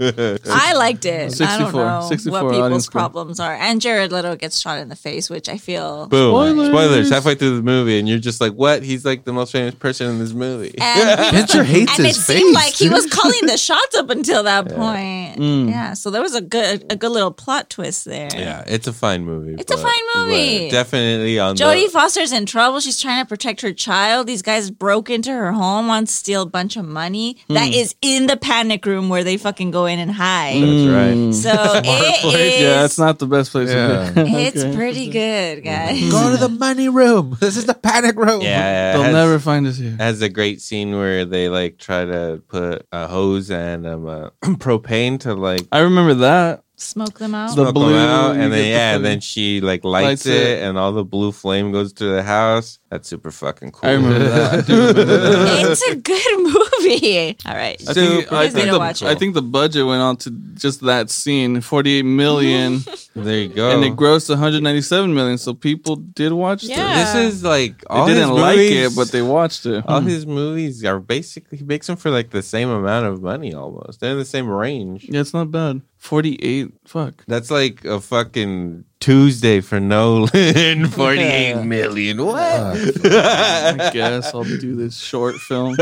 Speaker 4: I liked it. I don't
Speaker 3: 64,
Speaker 4: know
Speaker 3: 64
Speaker 4: what people's
Speaker 3: audience score.
Speaker 4: problems are. And Jared Leto gets shot in the face, which I feel.
Speaker 2: Boom. Spoilers.
Speaker 3: Spoilers.
Speaker 2: halfway through the movie, and you're just like, what? He's like the most famous person in this movie.
Speaker 4: And he-
Speaker 5: Pincher hates
Speaker 4: and it
Speaker 5: his face.
Speaker 4: seemed like he was
Speaker 5: dude.
Speaker 4: calling the shots up until that point. Yeah, so there was a good a good little plot twist there.
Speaker 2: yeah, it's a fine movie.
Speaker 4: It's a
Speaker 2: but-
Speaker 4: fine movie.
Speaker 2: but Definitely on
Speaker 4: Jodie
Speaker 2: the.
Speaker 4: Foster's in trouble. She's trying to protect her child. These guys broke into her home, want to steal a bunch of money that
Speaker 3: Hmm.
Speaker 4: is in the panic room where they fucking go in and hide.
Speaker 2: That's
Speaker 3: Mm.
Speaker 2: right.
Speaker 4: So it is.
Speaker 3: Hmm. yeah, it's not the best place.
Speaker 5: Yeah.
Speaker 3: to be.
Speaker 4: It's
Speaker 3: Okay.
Speaker 4: pretty good, guys.
Speaker 5: Go to the money room. This is the panic room.
Speaker 2: Yeah,
Speaker 3: They'll
Speaker 2: it has-
Speaker 3: never find us here.
Speaker 2: has a great scene where they like try to put a hose and um, uh, propane to like
Speaker 3: I remember that.
Speaker 4: Smoke them out.
Speaker 3: The
Speaker 2: smoke 'em
Speaker 3: blue,
Speaker 2: out, and
Speaker 3: you get
Speaker 2: then
Speaker 3: the
Speaker 2: yeah, and
Speaker 3: blue.
Speaker 2: then she like lights,
Speaker 3: Lights
Speaker 2: it,
Speaker 3: it.
Speaker 2: and all the blue flame goes to the house. That's super fucking cool.
Speaker 3: I remember that. I do remember that.
Speaker 4: it's a good movie. All right.
Speaker 3: I think,
Speaker 2: Super
Speaker 3: I,
Speaker 4: cool.
Speaker 3: think the,
Speaker 4: Watch it.
Speaker 3: I think the budget went on to just that scene, forty-eight million,
Speaker 2: There you go.
Speaker 3: and it grossed one hundred ninety-seven million. So people did watch
Speaker 4: Yeah.
Speaker 3: this.
Speaker 2: This is like
Speaker 3: They
Speaker 2: all his
Speaker 3: didn't like
Speaker 2: movies-
Speaker 3: it, but they watched it. Hmm.
Speaker 2: all his movies are basically he makes them for like the same amount of money almost. They're in the same range.
Speaker 3: Yeah, it's not bad. Forty-eight. Fuck.
Speaker 2: That's like a fucking Tuesday for Nolan. Forty-eight million. What?
Speaker 3: I guess I'll do this short film.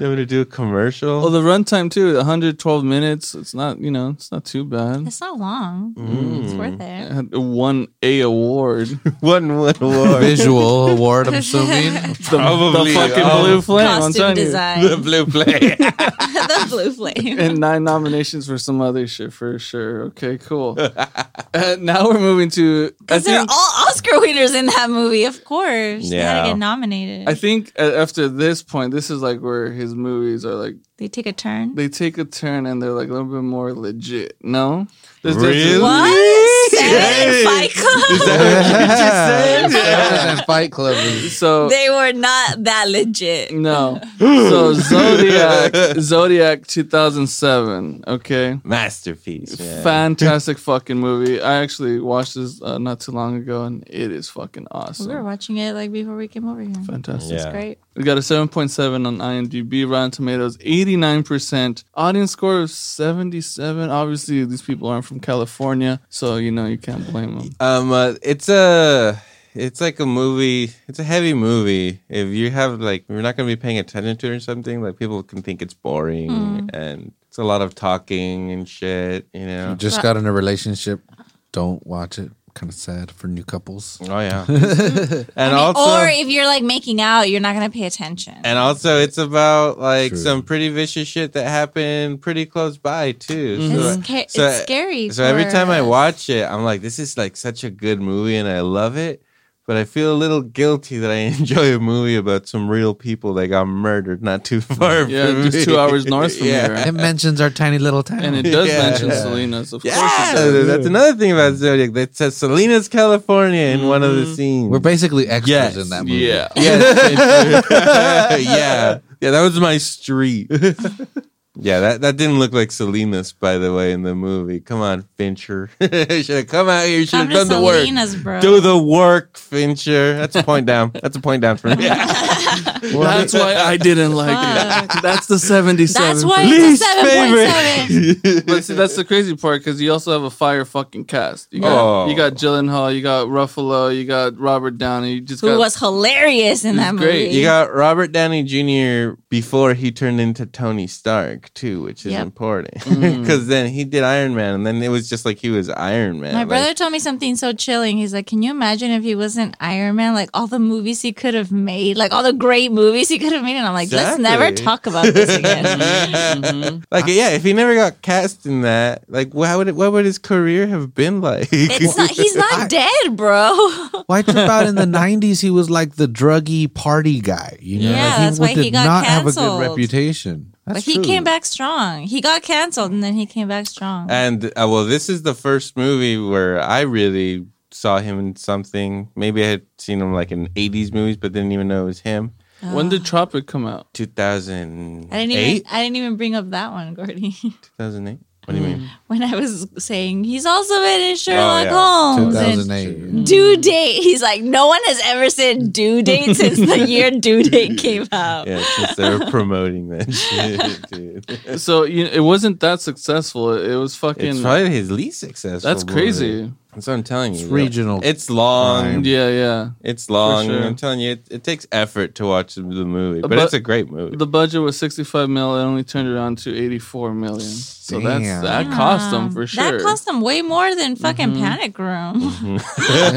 Speaker 2: They want to do a commercial.
Speaker 3: Well, the runtime too, 112 minutes. It's not, you know, it's not too bad.
Speaker 4: It's not long.
Speaker 3: Hmm.
Speaker 4: It's worth it.
Speaker 3: One A award. The,
Speaker 2: one one award.
Speaker 5: Visual award, I'm assuming.
Speaker 2: Probably,
Speaker 3: the fucking
Speaker 2: um,
Speaker 3: blue flame. I'm
Speaker 4: Costume
Speaker 3: telling you.
Speaker 4: design.
Speaker 2: the blue play.
Speaker 4: the blue flame.
Speaker 3: And nine nominations for some other shit for sure. Okay, cool. Uh, now we're moving to. I
Speaker 4: Because they're
Speaker 3: think,
Speaker 4: all Oscar winners in that movie, of course. They had
Speaker 2: Yeah.
Speaker 4: to get nominated.
Speaker 3: I think uh, after this point, this is like where his movies are like
Speaker 4: they take a turn.
Speaker 3: they take a turn and they're like a little bit more legit. No, There's-
Speaker 2: Really?
Speaker 4: What? Seven? Fight Club?
Speaker 5: Yeah. Better than Fight Club. is-
Speaker 3: so
Speaker 4: They were not that legit.
Speaker 3: No. So Zodiac, Zodiac 2007. Okay.
Speaker 2: Masterpiece. man.
Speaker 3: Fantastic fucking movie. I actually watched this uh, not too long ago and it is fucking
Speaker 4: We were
Speaker 3: awesome.
Speaker 4: watching it like before we came over here.
Speaker 3: Fantastic.
Speaker 2: Yeah.
Speaker 4: Great.
Speaker 3: We got a 7.7 on IMDb, Rotten Tomatoes, 89%, audience score of 77. Obviously, these people aren't from California, so you know you can't blame them.
Speaker 2: Um, uh, it's a, it's like a movie. It's a heavy movie. If you have like, you're not gonna be paying attention to it or something. Like people can think it's boring
Speaker 3: Hmm.
Speaker 2: and it's a lot of talking and shit. You know.
Speaker 5: Just got in a relationship. Don't watch it. Kind of sad for new couples.
Speaker 2: Oh yeah. and also.
Speaker 4: or if you're like making out, you're not going to pay attention.
Speaker 2: and also, it's about like
Speaker 5: True.
Speaker 2: some pretty vicious shit that happened pretty close by too.
Speaker 4: it's,
Speaker 2: So,
Speaker 4: sca-
Speaker 2: so- e-,
Speaker 4: it's scary.
Speaker 2: so every
Speaker 4: for-
Speaker 2: time I watch it, I'm like, this is like such a good movie, and I love it. But I feel a little guilty that I enjoy a movie about some real people that got murdered not too far.
Speaker 3: Yeah,
Speaker 2: from
Speaker 3: just
Speaker 2: me.
Speaker 3: two hours north from
Speaker 2: Yeah.
Speaker 3: here.
Speaker 5: It mentions our tiny little town.
Speaker 3: And it does
Speaker 2: Yeah.
Speaker 3: mention Salinas, of
Speaker 2: Yeah,
Speaker 3: course. it does.
Speaker 2: that's another thing about Zodiac that says Salinas, California, in one of the
Speaker 3: Mm-hmm.
Speaker 2: scenes.
Speaker 5: We're basically extras
Speaker 2: Yes.
Speaker 5: in that movie.
Speaker 3: Yeah.
Speaker 2: yeah, yeah, yeah. That was my street. Yeah, that, that didn't look like Salinas, by the way, in the movie. Come on, Fincher. should have come out here. You should
Speaker 4: Come
Speaker 2: have done
Speaker 4: to
Speaker 2: the work.
Speaker 4: Salinas, bro.
Speaker 2: Do the work, Fincher. That's a point down. That's a point down for me.
Speaker 3: That's why I didn't like it. That's the 77.
Speaker 4: That's why it's
Speaker 2: Least
Speaker 4: a seven point seven.
Speaker 3: But see, that's the crazy part because you also have a fire fucking cast. You got
Speaker 2: Oh.
Speaker 3: you got Gyllenhaal, you got Ruffalo, you got Robert Downey. You just
Speaker 4: Who
Speaker 3: got
Speaker 4: was hilarious in
Speaker 3: He's
Speaker 4: that
Speaker 3: great.
Speaker 4: movie?
Speaker 2: You got Robert Downey Jr. before he turned into Tony Stark too, which is
Speaker 4: Yep.
Speaker 2: important because then he did Iron Man, and then it was just like he was Iron Man.
Speaker 4: My
Speaker 2: Like,
Speaker 4: brother told me something so chilling. He's like, "Can you imagine if he wasn't Iron Man? Like all the movies he could have made, like all the great movies he could have made." And I'm like,
Speaker 2: Exactly.
Speaker 4: "Let's never talk about this again." Mm-hmm.
Speaker 2: like yeah, if he never got cast in that, like wha- how would it, what would his career have been like?
Speaker 4: it's not. He's not dead, bro.
Speaker 5: Why trip out in the '90s? He was like the druggy party guy. You know,
Speaker 4: Yeah,
Speaker 5: like,
Speaker 4: that's why
Speaker 5: did
Speaker 4: he got
Speaker 5: not have a
Speaker 4: canceled.
Speaker 5: good reputation. That's
Speaker 4: but he
Speaker 5: true.
Speaker 4: came back strong. He got canceled, and then he came back strong.
Speaker 2: And uh, well, this is the first movie where I really saw him in something. Maybe I had seen him like in '80s movies, but didn't even know it was him.
Speaker 3: when did Tropic come out?
Speaker 2: 2008.
Speaker 4: I didn't even. I didn't even bring up that one, Gordy.
Speaker 2: 2008. What do you mean?
Speaker 4: when I was saying he's also been in Sherlock
Speaker 2: yeah.
Speaker 4: Holmes and
Speaker 5: 2008.
Speaker 4: due date. He's like, no one has ever said due date since the year due date came out.
Speaker 2: Yeah, since they're promoting that shit, dude.
Speaker 3: So you, it wasn't that successful. It, it was fucking.
Speaker 2: It's probably his least successful.
Speaker 3: that's
Speaker 2: movie.
Speaker 3: crazy.
Speaker 2: That's what I'm telling you.
Speaker 5: It's
Speaker 2: bro.
Speaker 5: regional
Speaker 2: It's long.
Speaker 5: crime.
Speaker 3: Yeah, yeah.
Speaker 2: It's long.
Speaker 3: For sure.
Speaker 2: I'm telling you, it, it takes effort to watch the movie, but,
Speaker 3: But-
Speaker 2: it's a great movie.
Speaker 3: The budget was 65 mil. It only turned it on to 84 million. So
Speaker 5: Damn.
Speaker 3: that's that cost them for
Speaker 4: Yeah,
Speaker 3: sure.
Speaker 4: That cost them way more than fucking Panic Room.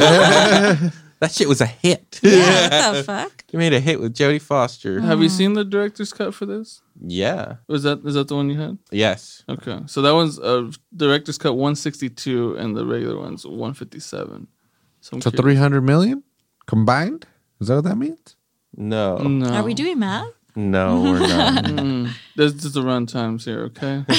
Speaker 2: that shit was a hit.
Speaker 4: yeah, what the fuck?
Speaker 2: you made a hit with Jodie Foster.
Speaker 3: Have you seen the director's cut for this?
Speaker 2: Yeah.
Speaker 3: Was that is that the one you had?
Speaker 2: Yes.
Speaker 3: Okay, so that one's uh, director's cut 162 and the regular one's 157. So, I'm
Speaker 5: So
Speaker 3: curious-
Speaker 5: 300 million combined. Is that what that means?
Speaker 2: No.
Speaker 3: No.
Speaker 4: Are we doing math?
Speaker 2: No, we're not.
Speaker 3: There's just the run times here, okay?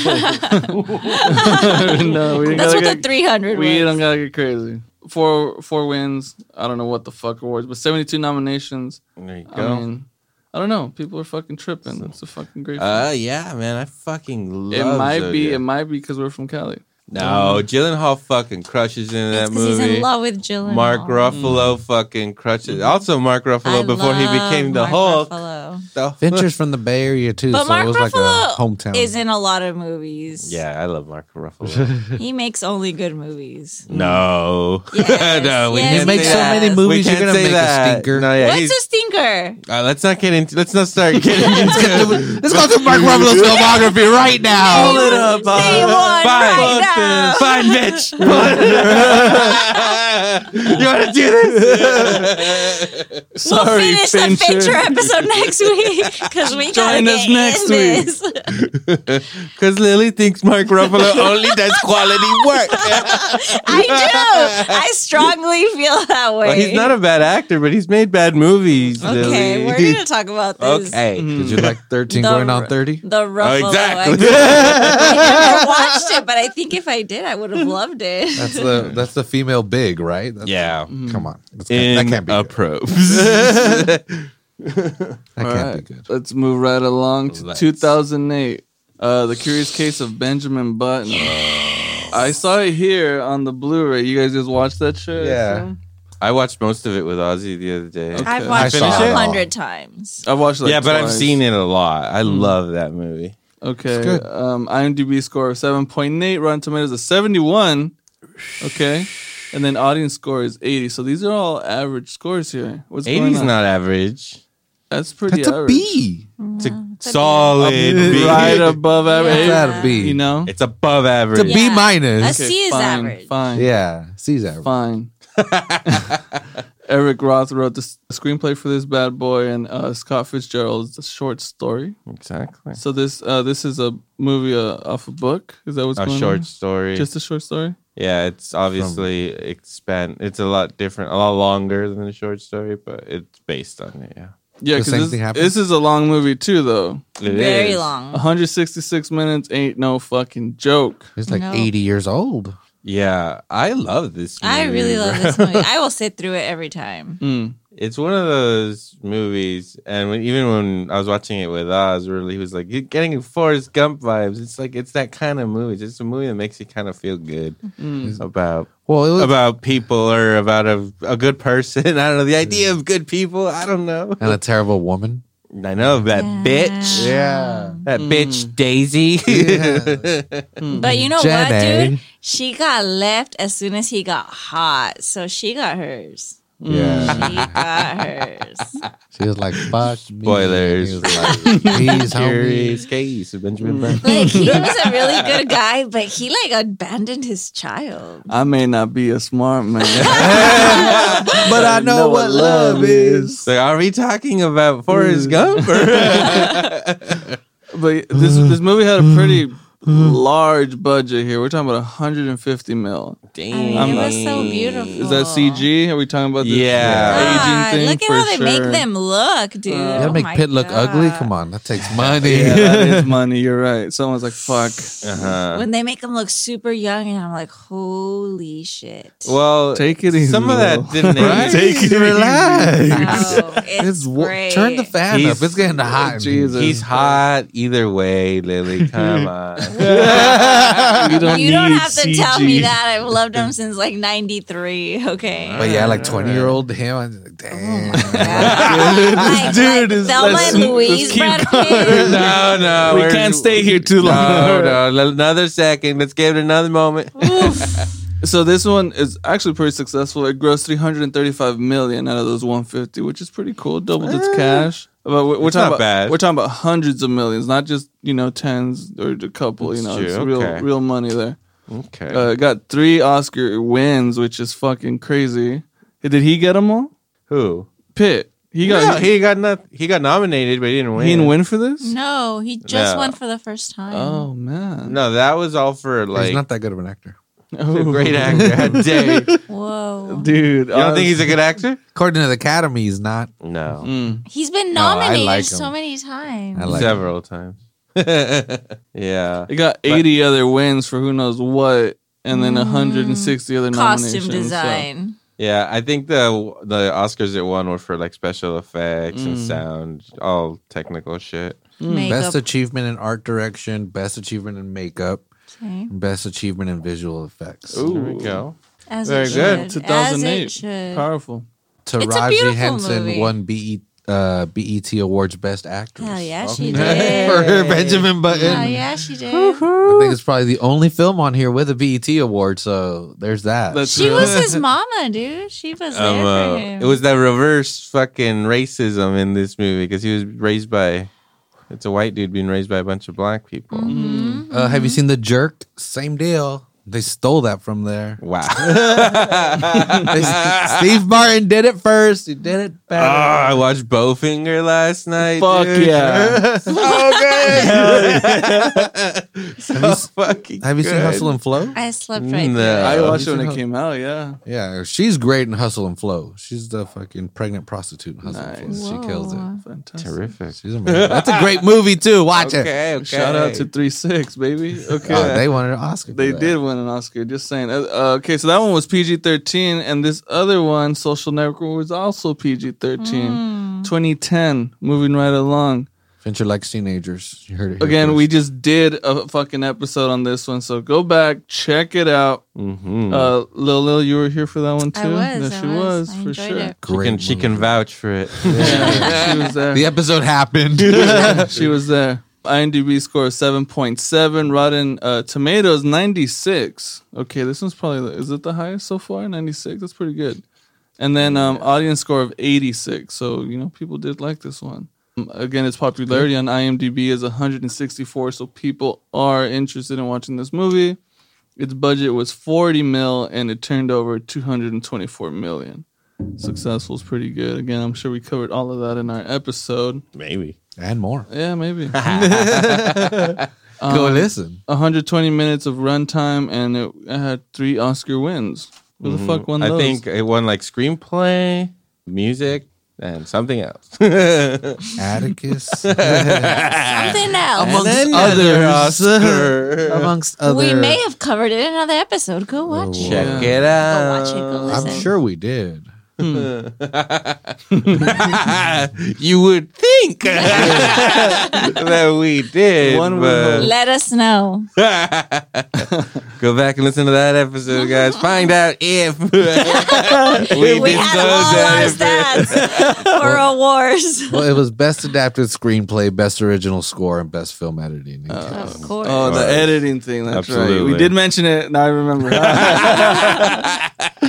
Speaker 3: no, we didn't
Speaker 4: That's
Speaker 3: gotta
Speaker 4: what
Speaker 3: get,
Speaker 4: the 300
Speaker 3: we
Speaker 4: was.
Speaker 3: don't gotta get crazy. Four four wins. I don't know what the fuck awards, but 72 nominations.
Speaker 2: there you go.
Speaker 3: I mean, I don't know. People are fucking tripping. It's a fucking great.
Speaker 2: uh, yeah, man. I fucking
Speaker 3: film.
Speaker 2: love
Speaker 3: it might be.
Speaker 2: Zodiac.
Speaker 3: It might be because we're from Cali.
Speaker 2: no, Gyllenhaal fucking crushes in that
Speaker 4: That's 'cause he's
Speaker 2: movie.
Speaker 4: in love with Jillian.
Speaker 2: Mark
Speaker 3: Mm.
Speaker 2: Ruffalo fucking crushes. Also, Mark Ruffalo before he became the Hulk. The
Speaker 5: Ventures from the Bay Area too,
Speaker 4: But
Speaker 5: so
Speaker 4: Mark
Speaker 5: it was like
Speaker 4: Ruffalo
Speaker 5: a hometown.
Speaker 4: Is in a lot of movies.
Speaker 2: Yeah, I love Mark Ruffalo.
Speaker 4: He makes only good movies.
Speaker 2: no,
Speaker 4: Yes,
Speaker 2: no, we
Speaker 4: yes,
Speaker 2: can't
Speaker 5: You make
Speaker 2: say
Speaker 5: so
Speaker 2: that.
Speaker 5: many
Speaker 4: We
Speaker 5: movies,
Speaker 2: can't
Speaker 5: you're gonna
Speaker 2: say
Speaker 5: make
Speaker 2: that.
Speaker 5: a stinker.
Speaker 2: No, yeah, he's-
Speaker 4: What's a stinker?
Speaker 2: uh, let's not get into. Let's not start getting into.
Speaker 5: Let's go through Mark Ruffalo's filmography right now.
Speaker 2: it up,
Speaker 4: Say one right now.
Speaker 2: fine, bitch. you want to do this?
Speaker 4: We'll
Speaker 3: Sorry,
Speaker 4: finish the
Speaker 3: Fincher.
Speaker 4: Fincher episode next week because we gotta
Speaker 3: Join us
Speaker 4: get in
Speaker 3: next week.
Speaker 4: this.
Speaker 2: Because Lily thinks Mark Ruffalo only does quality work.
Speaker 4: I do. I strongly feel that way.
Speaker 2: Well, he's not a bad actor, but he's made bad movies.
Speaker 4: okay,
Speaker 2: Lily.
Speaker 4: we're gonna talk about this.
Speaker 2: okay.
Speaker 5: Did you like 13
Speaker 4: The
Speaker 5: going on
Speaker 4: Ru-
Speaker 5: 30?
Speaker 4: The Ruffalo.
Speaker 2: Mm-hmm. exactly.
Speaker 4: X. I never watched it, but I think if I did, I would have loved it.
Speaker 5: That's the that's the female big, right? That's-
Speaker 2: yeah.
Speaker 5: Come on, That's- that
Speaker 2: In
Speaker 5: can't be
Speaker 2: a
Speaker 5: good.
Speaker 2: probes.
Speaker 5: That
Speaker 3: All
Speaker 5: can't
Speaker 3: right,
Speaker 5: be good.
Speaker 3: Let's move right along to
Speaker 2: Let's.
Speaker 3: 2008. Uh, the Curious Case of Benjamin Button. I saw it here on the Blu-ray. You guys just watched that shit? I
Speaker 5: Yeah.
Speaker 3: assume?
Speaker 2: I watched most of it with Ozzy the other day.
Speaker 3: Okay.
Speaker 4: I've
Speaker 3: I
Speaker 4: watched it
Speaker 5: saw it
Speaker 4: a
Speaker 5: all.
Speaker 4: hundred times.
Speaker 3: I watched like
Speaker 2: yeah, but I've
Speaker 3: twice.
Speaker 2: seen it a lot. I love that movie.
Speaker 3: Okay.
Speaker 5: It's good.
Speaker 3: Um, IMDb score of 7.8, Rotten Tomatoes is 71. Okay. And then audience score is 80. So these are all average scores here. What's going
Speaker 2: Eighty's
Speaker 3: on?
Speaker 2: not average.
Speaker 3: That's pretty
Speaker 5: That's a
Speaker 3: average.
Speaker 5: B.
Speaker 2: It's a solid B.
Speaker 3: Right above average.
Speaker 4: Yeah.
Speaker 5: That's a B.
Speaker 3: You know?
Speaker 2: It's above average.
Speaker 5: It's a B
Speaker 4: Yeah.
Speaker 5: minus.
Speaker 4: A C is
Speaker 3: fine,
Speaker 4: average.
Speaker 3: Fine.
Speaker 5: Yeah, C's average.
Speaker 3: fine. Eric Roth wrote the s- screenplay for this bad boy, and uh, Scott Fitzgerald's short story.
Speaker 2: Exactly.
Speaker 3: So this uh, this is a movie uh, off a book. Is that what's
Speaker 2: A
Speaker 3: going
Speaker 2: short
Speaker 3: on?
Speaker 2: story.
Speaker 3: Just a short story.
Speaker 2: yeah, it's obviously expand. It's a lot different, a lot longer than a short story, but it's based on it. Yeah,
Speaker 3: Yeah,
Speaker 5: The
Speaker 3: because
Speaker 5: same
Speaker 3: this,
Speaker 5: thing happened?
Speaker 3: this is a long movie too, though.
Speaker 2: It
Speaker 4: Very
Speaker 2: is.
Speaker 4: long.
Speaker 3: 166 minutes ain't no fucking joke.
Speaker 5: He's like
Speaker 4: No.
Speaker 5: 80 years old.
Speaker 2: Yeah, I love this. Movie,
Speaker 4: I really love
Speaker 2: bro.
Speaker 4: this movie. I will sit through it every time.
Speaker 3: Mm.
Speaker 2: it's one of those movies, and when, even when I was watching it with Oz, really, he was like, "You're getting Forrest Gump vibes." It's like it's that kind of movie. It's just a movie that makes you kind of feel good
Speaker 5: Mm-hmm.
Speaker 2: about
Speaker 5: Well, it was,
Speaker 2: about people or about a, a good person. I don't know the idea
Speaker 5: Mm-hmm.
Speaker 2: of good people. I don't know.
Speaker 5: and a terrible woman.
Speaker 2: I know that bitch,
Speaker 5: Yeah.
Speaker 2: that bitch Daisy.
Speaker 5: Mm-hmm.
Speaker 4: But you know
Speaker 5: Jenny.
Speaker 4: what, dude? She got left as soon as he got hot. So she got hers.
Speaker 5: Yeah.
Speaker 4: She got hers.
Speaker 5: She was like, fuck me.
Speaker 2: Spoilers.
Speaker 5: He was like, Please, homie.
Speaker 2: Curious case of Benjamin Button.
Speaker 4: Like he was a really good guy, but he like abandoned his child.
Speaker 3: I may not be a smart man,
Speaker 5: But I know what love is.
Speaker 2: So are we talking about
Speaker 3: Mm.
Speaker 2: Forrest Gump? or-
Speaker 3: But this
Speaker 5: Uh,
Speaker 3: this movie had a pretty large budget here. We're talking about 150 mil.
Speaker 4: I mean,
Speaker 3: I'm
Speaker 4: it
Speaker 3: not-
Speaker 4: was so
Speaker 5: Mm.
Speaker 4: beautiful.
Speaker 3: Is that CG? Are we talking about this
Speaker 2: Yeah.
Speaker 4: God,
Speaker 3: aging thing?
Speaker 4: look at
Speaker 3: for
Speaker 4: how they
Speaker 3: sure.
Speaker 4: make them look, dude.
Speaker 3: You
Speaker 5: Uh, You
Speaker 3: gotta
Speaker 5: gotta
Speaker 4: Oh
Speaker 5: make
Speaker 4: my
Speaker 5: Pitt look ugly?
Speaker 4: God.
Speaker 5: Come on, that takes money.
Speaker 3: Yeah, that is money. You're right. Someone's like, "Fuck."
Speaker 2: Uh-huh.
Speaker 4: When they make them look super young, and I'm like, holy shit.
Speaker 2: Well,
Speaker 3: Take it easy.
Speaker 2: Some of that
Speaker 3: Will.
Speaker 2: didn't
Speaker 5: Right?
Speaker 2: take
Speaker 5: it relax.
Speaker 4: Oh, it's
Speaker 5: It's wa-
Speaker 4: great.
Speaker 5: turn the fan
Speaker 2: He's-
Speaker 5: up. It's getting hot. in here.
Speaker 3: Jesus.
Speaker 2: He's hot either way, Lily. Come on.
Speaker 3: You don't,
Speaker 4: You don't
Speaker 3: need
Speaker 4: have to
Speaker 3: CG.
Speaker 4: tell me that. I've loved him since like '93. Okay.
Speaker 5: But yeah, like twenty year old him. I was like,
Speaker 4: Oh
Speaker 5: damn.
Speaker 4: like, like
Speaker 3: dude is-
Speaker 4: Thelma
Speaker 3: let's-
Speaker 4: and
Speaker 3: let's
Speaker 4: Louise,
Speaker 3: keep
Speaker 4: Brad
Speaker 2: no,
Speaker 4: Pitt.
Speaker 5: Uh,
Speaker 2: no.
Speaker 3: We
Speaker 2: we're-
Speaker 3: can't stay here too long.
Speaker 2: No, no. l- Another second. Let's give it another moment.
Speaker 3: So this one is actually pretty successful. It grossed 335 million out of those 150, which is pretty cool. Doubled its cash. But we're, we're
Speaker 2: Eh. It's
Speaker 3: talking
Speaker 2: not
Speaker 3: about
Speaker 2: bad.
Speaker 3: we're talking about hundreds of millions, not just you know tens or a couple. you
Speaker 2: That's
Speaker 3: know,
Speaker 2: true,
Speaker 3: it's real
Speaker 2: okay.
Speaker 3: real money there.
Speaker 2: Okay.
Speaker 3: Uh, it got three Oscar wins, which is fucking crazy. Did he get them all?
Speaker 2: Who?
Speaker 3: Pitt. He got.
Speaker 2: No, he got not, He got nominated, but he didn't win.
Speaker 3: he didn't win for this.
Speaker 4: No, he just
Speaker 2: No.
Speaker 4: won for the first time.
Speaker 3: Oh man.
Speaker 2: No, that was all for like
Speaker 5: he's not that good of an actor.
Speaker 2: he's a great actor. How dare you? You
Speaker 4: Whoa.
Speaker 3: dude.
Speaker 2: don't think he's a Mm. good actor?
Speaker 5: According to the Academy, he's not.
Speaker 3: Mm-hmm.
Speaker 2: No,
Speaker 4: He's been
Speaker 5: No, I
Speaker 4: nominated
Speaker 5: like
Speaker 4: so
Speaker 5: him.
Speaker 4: many times.
Speaker 5: I like
Speaker 2: several times. yeah.
Speaker 3: It got 80 other wins for who knows what, and then 160 other nominations.
Speaker 4: Mm, Costume
Speaker 3: so-
Speaker 4: design.
Speaker 2: Yeah, I think the the Oscars it won were for like special effects and
Speaker 3: Mm.
Speaker 2: sound, all technical shit.
Speaker 4: Makeup.
Speaker 5: Best achievement in art direction, best achievement in makeup,
Speaker 4: okay.
Speaker 5: and best achievement in visual effects.
Speaker 3: Ooh.
Speaker 2: There we go.
Speaker 4: As
Speaker 3: Very
Speaker 4: it
Speaker 3: good.
Speaker 4: should. As it
Speaker 3: 2008.
Speaker 4: should.
Speaker 3: Powerful.
Speaker 4: beautiful
Speaker 5: Taraji Henson
Speaker 4: movie.
Speaker 5: won BE, uh, BET Awards Best Actress.
Speaker 4: Hell yeah, she
Speaker 5: For
Speaker 4: did.
Speaker 5: her Benjamin Button.
Speaker 4: Hell Oh, yeah, she did.
Speaker 5: I think it's probably the only film on here with a BET award, so there's that.
Speaker 3: That's
Speaker 4: She
Speaker 3: real.
Speaker 4: was his mama, dude. She was there
Speaker 2: Um, uh,
Speaker 4: for him.
Speaker 2: it was that reverse fucking racism in this movie because he was raised by it's a white dude being raised by a bunch of black people.
Speaker 5: Uh, have you seen The Jerk? Same deal. They stole that from there.
Speaker 2: Wow.
Speaker 5: They- Steve Martin did it first. He did it
Speaker 2: Oh,
Speaker 5: better.
Speaker 3: Ah,
Speaker 2: I watched Bowfinger last night.
Speaker 3: Fuck
Speaker 2: dude.
Speaker 3: yeah.
Speaker 2: so good.
Speaker 5: Have you
Speaker 2: so
Speaker 5: s-
Speaker 2: fucking
Speaker 5: Have you seen
Speaker 2: good.
Speaker 5: Hustle and Flow?
Speaker 4: I slept right
Speaker 2: No.
Speaker 4: there.
Speaker 3: I
Speaker 2: Uh,
Speaker 3: watched it when
Speaker 5: you
Speaker 3: it
Speaker 5: know-
Speaker 3: came out, yeah.
Speaker 5: Yeah, she's great in Hustle and Flow. She's the fucking pregnant prostitute in Hustle and
Speaker 3: Nice.
Speaker 5: Flow. She kills it.
Speaker 3: Fantastic.
Speaker 2: Terrific.
Speaker 5: She's amazing. That's a great movie too. Watch it.
Speaker 2: Okay, okay.
Speaker 3: Shout out to 3 6, baby. Okay.
Speaker 5: Oh, they wanted an Oscar. for
Speaker 3: They
Speaker 5: that.
Speaker 3: did win an Oscar. Just saying. Uh, uh, okay, so that one was PG thirteen, and this other one, Social Network, was also PG thirteen.
Speaker 4: Mm.
Speaker 3: Twenty ten. Moving right along.
Speaker 5: Fincher likes teenagers. You heard it here
Speaker 3: Again,
Speaker 5: first.
Speaker 3: we just did a fucking episode on this one, so go back, check it out.
Speaker 2: Mhm.
Speaker 3: Uh, Lil Lil, you were here for that one too.
Speaker 4: I was.
Speaker 3: Yeah,
Speaker 4: I
Speaker 3: she
Speaker 4: was.
Speaker 3: was,
Speaker 4: I
Speaker 3: for
Speaker 4: enjoyed
Speaker 3: sure.
Speaker 4: it.
Speaker 2: she,
Speaker 5: great.
Speaker 2: can, she can
Speaker 5: movie.
Speaker 2: vouch for it.
Speaker 3: Yeah, she was there.
Speaker 5: The episode happened.
Speaker 3: she was there. IMDb score seven point seven. Rotten uh, Tomatoes ninety six. Okay, this one's probably the- is it the highest so far? Ninety six. That's pretty good. And then um, audience score of eighty six. So you know people did like this one. Um, Again, its popularity on IMDb is one hundred and sixty four. So people are interested in watching this movie. Its budget was forty mil, and it turned over two hundred and twenty four million. Successful is pretty good. Again, I'm sure we covered all of that in our episode.
Speaker 2: Maybe.
Speaker 5: and more.
Speaker 3: Yeah, maybe. Um,
Speaker 5: Go listen.
Speaker 3: 120 minutes of runtime, and it had three Oscar wins. Who the fuck won
Speaker 2: Mm-hmm. I
Speaker 3: those?
Speaker 2: think it won like screenplay, music, and something else.
Speaker 5: Atticus.
Speaker 4: Something else.
Speaker 5: others.
Speaker 2: Oscar.
Speaker 5: amongst other.
Speaker 4: We may
Speaker 3: Oh,
Speaker 4: have covered it in another episode. Go watch it.
Speaker 2: Check
Speaker 3: Yeah.
Speaker 2: it
Speaker 4: Go
Speaker 2: out.
Speaker 4: watch it. Go
Speaker 5: I'm
Speaker 4: listen.
Speaker 5: sure we did.
Speaker 2: you would think that we did.
Speaker 3: One would
Speaker 2: but-
Speaker 4: Let us know.
Speaker 2: Go back and listen to that episode, guys. Find out if we,
Speaker 4: We had all our stats for awards.
Speaker 5: Well, it was best adapted screenplay, best original score, and best film editing.
Speaker 4: Of course.
Speaker 3: Oh, the
Speaker 2: Right.
Speaker 3: editing thing. That's right.
Speaker 2: Absolutely.
Speaker 3: We did mention it. Now I remember.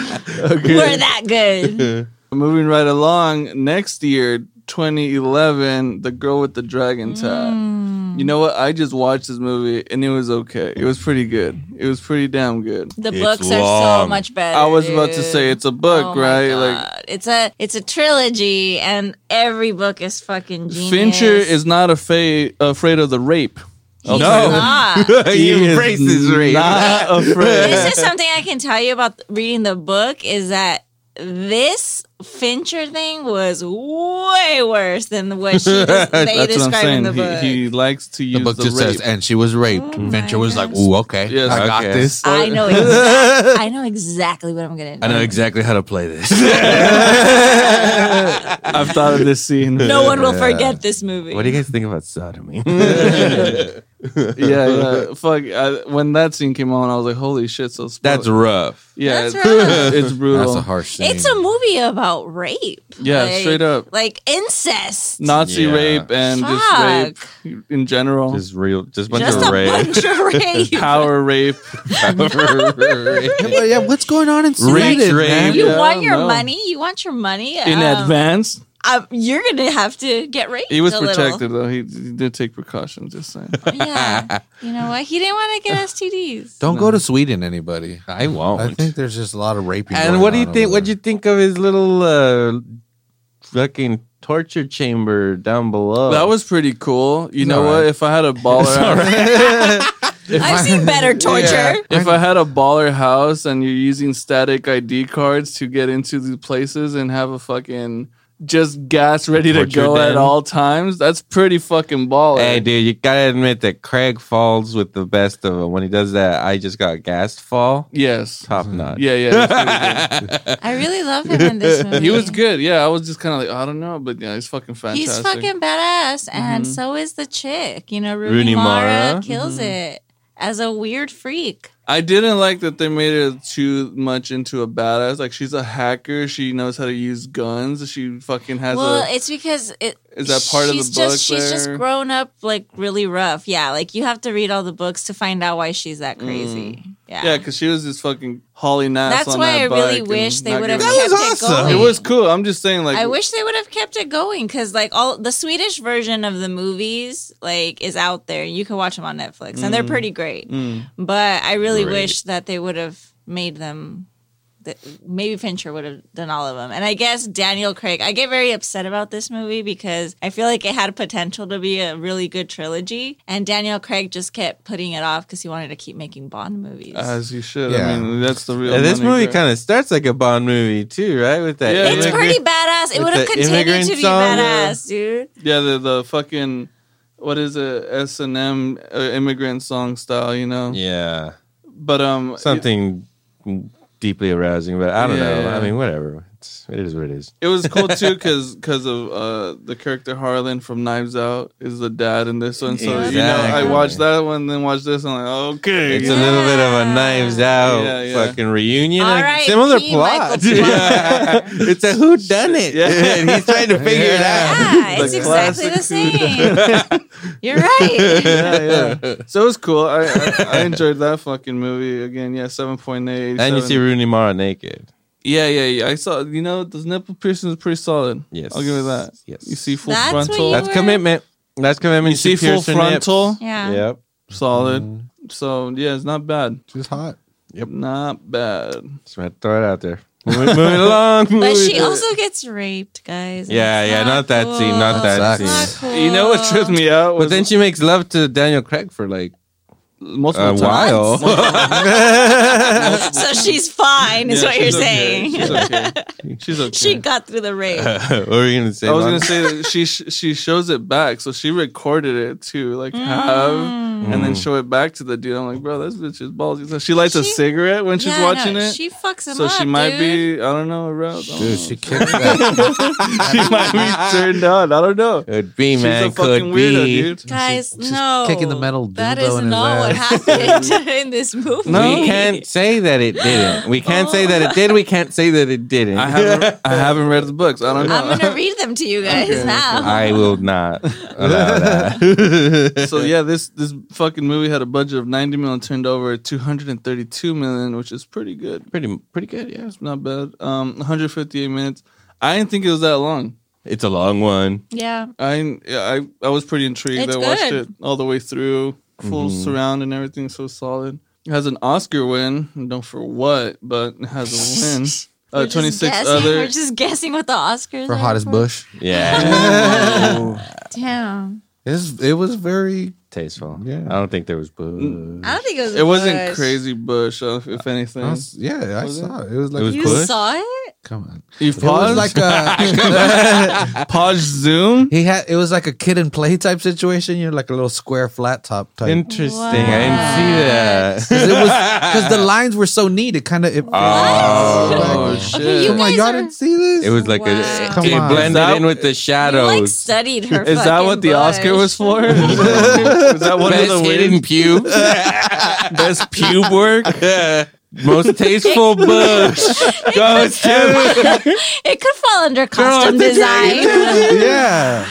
Speaker 4: We're
Speaker 3: okay.
Speaker 4: that good.
Speaker 3: Moving right along. Next year, 2011, The Girl with the Dragon Tattoo.
Speaker 4: Mm.
Speaker 3: You know what? I just watched this movie and it was okay. It was pretty good. It was pretty damn good.
Speaker 4: The
Speaker 2: It's
Speaker 4: books are so
Speaker 2: long.
Speaker 4: much better.
Speaker 3: I was about to
Speaker 4: dude.
Speaker 3: say it's a book,
Speaker 4: Oh my
Speaker 3: right? Like
Speaker 4: God. it's a it's a trilogy, and every book is fucking genius.
Speaker 3: Fincher is not afraid afraid of the rape.
Speaker 4: He's
Speaker 2: No.
Speaker 4: not.
Speaker 2: you
Speaker 3: is
Speaker 2: embrace this rape.
Speaker 3: Not afraid.
Speaker 4: this is something I can tell you about reading the book is that this Fincher thing was way worse than what she des- they
Speaker 3: That's what I'm
Speaker 4: described in
Speaker 3: saying.
Speaker 4: the book.
Speaker 3: He, he likes to use
Speaker 5: The
Speaker 3: the,
Speaker 5: book just
Speaker 3: rape.
Speaker 5: says, and she was raped.
Speaker 4: Oh
Speaker 5: Venture
Speaker 4: my
Speaker 5: was like,
Speaker 4: gosh.
Speaker 5: ooh, okay.
Speaker 3: Yes,
Speaker 5: I got
Speaker 2: okay.
Speaker 5: this.
Speaker 4: I know. Exactly, I know exactly what I'm gonna do.
Speaker 5: I know exactly how to play this.
Speaker 3: I've thought of this scene.
Speaker 4: No one will
Speaker 5: Yeah.
Speaker 4: forget this movie.
Speaker 2: What do you guys think about sodomy?
Speaker 3: yeah, yeah. Fuck. I, when that scene came on, I was like, holy shit. So spoil-
Speaker 2: That's rough.
Speaker 3: yeah,
Speaker 4: That's
Speaker 3: it's,
Speaker 4: rough.
Speaker 3: it's brutal.
Speaker 5: That's a harsh scene.
Speaker 4: it's a movie about rape.
Speaker 3: Yeah,
Speaker 4: Like-
Speaker 3: straight up.
Speaker 4: like incest.
Speaker 3: Nazi
Speaker 2: Yeah.
Speaker 3: rape and
Speaker 4: Fuck.
Speaker 3: just rape in general.
Speaker 2: Just real, just bunch
Speaker 4: Just
Speaker 2: of
Speaker 4: a
Speaker 2: rape.
Speaker 4: bunch of rape.
Speaker 3: Power rape.
Speaker 5: yeah, yeah, what's going on in
Speaker 2: Rape,
Speaker 5: Sweden,
Speaker 2: rape.
Speaker 5: man?
Speaker 4: You
Speaker 3: Yeah,
Speaker 4: want your
Speaker 3: no.
Speaker 4: money? You want your money
Speaker 3: In
Speaker 4: Um,
Speaker 3: advance.
Speaker 4: um, you're gonna have to get raped.
Speaker 3: He was
Speaker 4: a little.
Speaker 3: protected, though. He, he did take precautions, just saying.
Speaker 4: yeah. You know what? He didn't want to get STDs.
Speaker 5: Don't go to Sweden, anybody. I
Speaker 2: won't.
Speaker 5: I think there's just a lot of raping.
Speaker 2: and
Speaker 5: going
Speaker 2: what do you
Speaker 5: on
Speaker 2: think?
Speaker 5: over
Speaker 2: What'd
Speaker 5: there.
Speaker 2: you think of his little uh, fucking torture chamber down below?
Speaker 3: That was pretty cool. You
Speaker 5: Oh.
Speaker 3: know
Speaker 5: all
Speaker 3: what?
Speaker 5: right.
Speaker 3: If I had a baller,
Speaker 4: I've seen better torture.
Speaker 3: if I had a baller house, and you're using static ID cards to get into these places and have a fucking just gas ready to
Speaker 2: Torture
Speaker 3: go at
Speaker 2: den.
Speaker 3: all times, that's pretty fucking baller.
Speaker 2: Hey, dude, you gotta admit that Craig falls with the best of him. When he does that, I just got gassed fall.
Speaker 3: Yes.
Speaker 2: Top notch.
Speaker 3: Yeah, Mm-hmm. yeah. that's pretty good.
Speaker 4: I really love him in this movie.
Speaker 3: he was good. Yeah, I was just kind of like, I don't know, but yeah, he's fucking fantastic.
Speaker 4: He's fucking badass, and
Speaker 3: Mm-hmm.
Speaker 4: so is the chick. You know, Rooney,
Speaker 2: Rooney
Speaker 4: Mara,
Speaker 2: Mara.
Speaker 4: kills it as a weird freak.
Speaker 3: I didn't like that they made her too much into a badass. Like she's a hacker. She knows how to use guns. She fucking has
Speaker 4: well,
Speaker 3: a.
Speaker 4: it's because it
Speaker 3: Is that part of the
Speaker 4: she's
Speaker 3: book
Speaker 4: Just, she's just
Speaker 3: there?
Speaker 4: grown up like really rough. Yeah, like you have to read all the books to find out why she's that crazy. Yeah.
Speaker 3: Mm. Yeah, because she was just fucking hauling ass.
Speaker 4: That's
Speaker 3: on
Speaker 4: why
Speaker 3: that
Speaker 4: I really
Speaker 3: bike and
Speaker 4: wish they
Speaker 3: not
Speaker 4: would have
Speaker 3: giving-
Speaker 4: kept
Speaker 2: That was
Speaker 4: it
Speaker 2: awesome.
Speaker 4: going.
Speaker 3: It was cool. I'm just saying, like,
Speaker 4: I wish they would have kept it going because, like, all the Swedish version of the movies, like, is out there. You can watch them on Netflix, and they're pretty great.
Speaker 3: Mm.
Speaker 4: But I really
Speaker 2: Great.
Speaker 4: wish that they would have made them. That maybe Fincher would have done all of them, and I guess Daniel Craig. I get very upset about this movie because I feel like it had potential to be a really good trilogy, and Daniel Craig just kept putting it off because he wanted to keep making Bond movies.
Speaker 3: as you should. I
Speaker 5: Yeah.
Speaker 3: mean, that's the real.
Speaker 2: Yeah, this
Speaker 3: money
Speaker 2: movie
Speaker 3: grab.
Speaker 2: kind of starts like a Bond movie too, right? With that,
Speaker 3: Yeah,
Speaker 4: it's
Speaker 3: immigrant-
Speaker 4: pretty badass. It
Speaker 2: with
Speaker 4: would have
Speaker 2: the
Speaker 4: continued
Speaker 2: immigrant
Speaker 4: to be
Speaker 2: song, yeah.
Speaker 4: badass, dude.
Speaker 3: Yeah, the the fucking what is it? S and M uh, immigrant song style, you know.
Speaker 2: yeah,
Speaker 3: But um,
Speaker 2: something deeply arousing. But I don't
Speaker 3: Yeah,
Speaker 2: know.
Speaker 3: yeah.
Speaker 2: I mean, whatever. It's, it is what it is.
Speaker 3: It was cool too because of uh, the character Harlan from Knives Out is the dad in this one. So you know, I
Speaker 2: Exactly.
Speaker 3: watched that one, then watched this, and I'm like, okay,
Speaker 2: It's a little bit of a Knives Out
Speaker 3: Yeah, yeah.
Speaker 2: fucking reunion.
Speaker 4: All
Speaker 2: Like,
Speaker 4: right,
Speaker 2: similar
Speaker 4: P.
Speaker 2: plot.
Speaker 4: Michael
Speaker 2: Yeah. it's a who done it,
Speaker 3: Yeah.
Speaker 2: and he's trying to figure it out.
Speaker 4: Yeah,
Speaker 3: The
Speaker 4: it's exactly the same. You're
Speaker 3: yeah,
Speaker 4: right.
Speaker 3: yeah. So it was cool. I, I I enjoyed that fucking movie again. Yeah, seven point eight.
Speaker 2: And you see Rooney Mara naked.
Speaker 3: yeah, yeah, yeah. I saw. You know, those nipple piercings are pretty solid.
Speaker 2: Yes.
Speaker 3: I'll give it that.
Speaker 2: Yes.
Speaker 3: You see full
Speaker 4: That's what
Speaker 3: frontal.
Speaker 4: you
Speaker 2: That's
Speaker 4: were-
Speaker 2: commitment. That's commitment.
Speaker 3: you see
Speaker 2: to
Speaker 3: full
Speaker 2: pierce her nips.
Speaker 3: frontal.
Speaker 4: Yeah.
Speaker 2: Yep.
Speaker 3: Solid.
Speaker 2: Mm-hmm.
Speaker 3: So yeah, it's not bad.
Speaker 5: She's hot.
Speaker 3: Not bad.
Speaker 2: Just want to throw it out there. Moving, moving along.
Speaker 4: But she
Speaker 2: moving-
Speaker 4: also gets raped, guys.
Speaker 2: Yeah,
Speaker 4: It's
Speaker 2: yeah, not that
Speaker 4: cool.
Speaker 2: scene, not
Speaker 5: that
Speaker 4: It's
Speaker 5: scene.
Speaker 4: not cool.
Speaker 3: You know what tripped me out? Was
Speaker 2: But then she makes love to Daniel Craig for like
Speaker 3: multiple
Speaker 2: a
Speaker 3: times.
Speaker 2: while.
Speaker 4: so she's fine, is
Speaker 3: Yeah,
Speaker 4: what you're
Speaker 3: she's okay.
Speaker 4: saying.
Speaker 3: She's okay. She's okay.
Speaker 4: she got through the rape.
Speaker 2: what were you gonna say?
Speaker 3: I was
Speaker 2: Mom?
Speaker 4: Mm.
Speaker 3: gonna say that she sh- she shows it back, so she recorded it too. Like have and
Speaker 2: Mm.
Speaker 3: then show it back to the dude. I'm like, bro, this bitch is ballsy. So she lights a
Speaker 4: She-
Speaker 3: cigarette when she's
Speaker 4: Yeah, I know.
Speaker 3: watching it.
Speaker 4: She fucks him
Speaker 3: so
Speaker 4: up.
Speaker 3: she might
Speaker 4: dude.
Speaker 3: be, I don't know, aroused. I don't
Speaker 4: Oh.
Speaker 5: Dude,
Speaker 3: know.
Speaker 5: she kicked that.
Speaker 3: she might be turned on. I don't know.
Speaker 2: Could be,
Speaker 3: She's
Speaker 2: man.
Speaker 3: a fucking
Speaker 2: Could
Speaker 3: weirdo,
Speaker 2: be.
Speaker 3: dude.
Speaker 4: Guys,
Speaker 5: She's
Speaker 4: no.
Speaker 5: kicking the metal
Speaker 4: That
Speaker 5: dildo
Speaker 4: is
Speaker 5: in his
Speaker 4: not
Speaker 5: ass.
Speaker 4: what happened in this movie.
Speaker 3: No.
Speaker 2: We can't say that it didn't. We can't say that it did. We can't say that it didn't.
Speaker 3: I
Speaker 2: I,
Speaker 3: haven't, I haven't read the books. I don't know.
Speaker 4: I'm gonna read them to you guys now.
Speaker 2: will not allow that.
Speaker 3: so yeah, this this fucking movie had a budget of 90 million, turned over 232 million, which is pretty good.
Speaker 2: pretty, pretty good. Yeah,
Speaker 3: It's not bad. Um, 158 minutes. I didn't think it was that long.
Speaker 2: it's a long one.
Speaker 3: uh,
Speaker 4: Yeah,
Speaker 3: I I I was pretty intrigued.
Speaker 4: It's
Speaker 3: I watched
Speaker 4: good.
Speaker 3: it all the way through, full surround and everything, so solid. It has an Oscar win, don't for what, but it has a win. Uh,
Speaker 4: We're just
Speaker 3: 26
Speaker 4: guessing-
Speaker 3: other.
Speaker 4: We're just guessing what the Oscars
Speaker 5: for
Speaker 4: are
Speaker 5: hottest
Speaker 4: for.
Speaker 5: bush.
Speaker 2: Yeah,
Speaker 4: Damn,
Speaker 5: It's, it was very
Speaker 2: tasteful.
Speaker 5: Yeah.
Speaker 2: I don't think there was boo.
Speaker 3: Mm.
Speaker 4: I don't think it was.
Speaker 3: It wasn't
Speaker 4: Bush.
Speaker 3: crazy Bush, uh, if anything.
Speaker 5: I was- yeah, I
Speaker 3: Was it?
Speaker 5: saw it. It was like
Speaker 2: It was
Speaker 4: You
Speaker 2: Bush?
Speaker 4: saw it?
Speaker 5: come on.
Speaker 3: you
Speaker 5: It was
Speaker 3: paused
Speaker 5: like uh, a
Speaker 3: pause Zoom.
Speaker 5: he had it was like a kid and play type situation. You're like a little square flat top type.
Speaker 2: Interesting. I didn't see that.
Speaker 5: Cause it was because the lines were so neat. It kind of it.
Speaker 3: Oh shit!
Speaker 4: you
Speaker 5: Come on,
Speaker 4: guys
Speaker 5: y'all
Speaker 4: are-
Speaker 5: didn't see this.
Speaker 2: It was like
Speaker 4: Wow.
Speaker 2: a,
Speaker 5: Come
Speaker 2: it
Speaker 5: on.
Speaker 2: blended
Speaker 3: Is that-
Speaker 2: in with the
Speaker 4: You like
Speaker 2: shadows.
Speaker 4: studied her.
Speaker 3: Is that
Speaker 4: fucking
Speaker 3: what the
Speaker 4: Bush.
Speaker 3: Oscar was for? is that one
Speaker 2: Best
Speaker 3: of the
Speaker 2: hidden
Speaker 3: wins?
Speaker 2: pubes.
Speaker 3: Best pube work?
Speaker 2: Most tasteful bush goes to.
Speaker 4: It could fall under costume
Speaker 2: did you-
Speaker 4: design.
Speaker 5: yeah.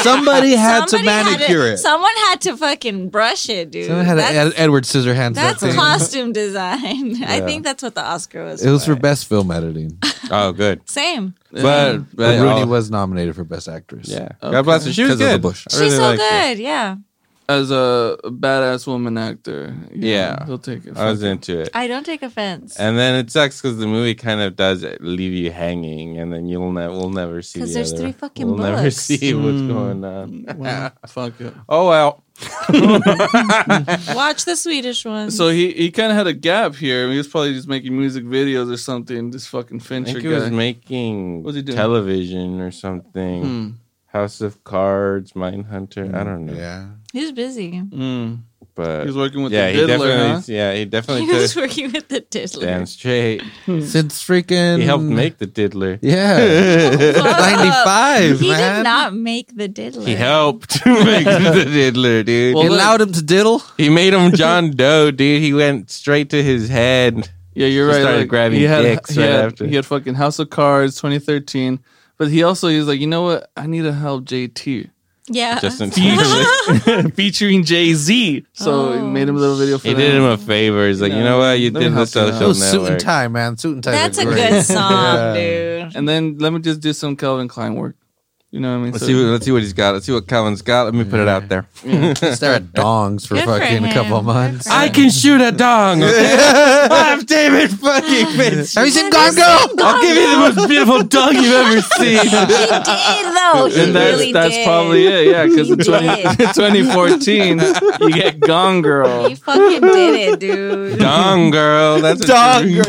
Speaker 5: Somebody had to manicure it.
Speaker 4: Someone had to fucking brush it, dude.
Speaker 5: Someone had
Speaker 4: that's
Speaker 5: an Ed- Edward Scissorhands.
Speaker 4: that's
Speaker 5: that thing.
Speaker 4: costume design. I think that's what the Oscar was.
Speaker 5: It was
Speaker 4: for.
Speaker 5: for best film editing.
Speaker 2: Oh, good.
Speaker 4: Same.
Speaker 2: But, but
Speaker 5: But Rooney
Speaker 2: oh,
Speaker 5: was nominated for best actress.
Speaker 2: yeah. God bless her. She was
Speaker 5: 'Cause of
Speaker 2: good.
Speaker 5: the bush.
Speaker 2: I
Speaker 4: She's so
Speaker 2: liked her.
Speaker 4: good. Yeah.
Speaker 3: As a badass woman actor, you
Speaker 2: Yeah.
Speaker 3: know, he'll take it.
Speaker 2: I was into it.
Speaker 4: I don't take offense
Speaker 2: And then it sucks because the movie kind of does leave you hanging, and then you'll ne- we'll never see.
Speaker 4: 'Cause
Speaker 2: the
Speaker 4: there's
Speaker 2: other-
Speaker 4: three fucking
Speaker 2: We'll never
Speaker 4: books.
Speaker 2: see what's
Speaker 3: Hmm.
Speaker 2: going on.
Speaker 3: Well, fuck
Speaker 5: Um,
Speaker 3: it.
Speaker 2: Oh well.
Speaker 4: Watch the Swedish one.
Speaker 3: So he, he kind of had a gap here. He was probably just making music videos or something. This fucking
Speaker 2: I
Speaker 3: Fincher
Speaker 2: think
Speaker 3: guy.
Speaker 2: he was making
Speaker 3: What's he doing? Hmm.
Speaker 2: television or something. House of Cards, Mindhunter. I don't know.
Speaker 5: Yeah.
Speaker 4: He's busy.
Speaker 3: Mm.
Speaker 2: But
Speaker 3: He was working with
Speaker 2: yeah,
Speaker 3: the
Speaker 2: he
Speaker 3: diddler,
Speaker 2: definitely.
Speaker 3: huh?
Speaker 2: Yeah, he definitely
Speaker 4: He was
Speaker 2: took
Speaker 4: working with the diddler.
Speaker 2: damn straight.
Speaker 5: Since freaking
Speaker 3: Hmm.
Speaker 2: He helped make the diddler.
Speaker 5: Yeah. Ninety five,
Speaker 4: He
Speaker 5: man.
Speaker 4: did not make the diddler.
Speaker 2: He helped to make the diddler, dude.
Speaker 5: He
Speaker 3: Well,
Speaker 5: allowed him to diddle.
Speaker 2: he made him John Doe, dude. He went straight to his head.
Speaker 3: Yeah, you're
Speaker 2: He
Speaker 3: right.
Speaker 2: started grabbing
Speaker 3: he had,
Speaker 2: dicks
Speaker 3: he
Speaker 2: right
Speaker 3: had,
Speaker 2: after.
Speaker 3: He had fucking House of Cards 2013. But he also, he was like, you know what? I need to help JT.
Speaker 4: Yeah.
Speaker 2: Justin Timberlake.
Speaker 3: Featuring, featuring Jay Z. So he
Speaker 4: Oh,
Speaker 3: made him a little video for
Speaker 2: He
Speaker 3: that.
Speaker 2: did him a favor. He's like, you know what? You
Speaker 3: Let me
Speaker 2: did the
Speaker 3: help you out.
Speaker 5: It
Speaker 2: social
Speaker 5: was Oh, suit and
Speaker 2: network.
Speaker 5: tie, man. Suit and tie.
Speaker 4: That's a
Speaker 5: are
Speaker 4: good
Speaker 5: great.
Speaker 4: song, dude.
Speaker 3: And then let me just do some Calvin Klein work. You know what I mean?
Speaker 2: Let's
Speaker 3: So-
Speaker 2: see. What, let's see what he's got. Let's see what Calvin's got. Let me put it out there.
Speaker 5: Stare at dongs for
Speaker 4: Good for
Speaker 5: fucking a couple
Speaker 4: him.
Speaker 5: months.
Speaker 2: I can shoot a dong. Okay? I'm David fucking Fincher.
Speaker 5: Have you seen Gone Girl?
Speaker 2: I'll give you the most beautiful dong you've ever seen.
Speaker 4: He did though. He
Speaker 3: and that's
Speaker 4: really
Speaker 3: that's
Speaker 4: did.
Speaker 3: probably it, yeah. Because in
Speaker 4: He
Speaker 3: 20,
Speaker 4: did.
Speaker 3: 2014, you get Gone Girl.
Speaker 4: He fucking did it, dude.
Speaker 2: Dong girl. That's a dong girl.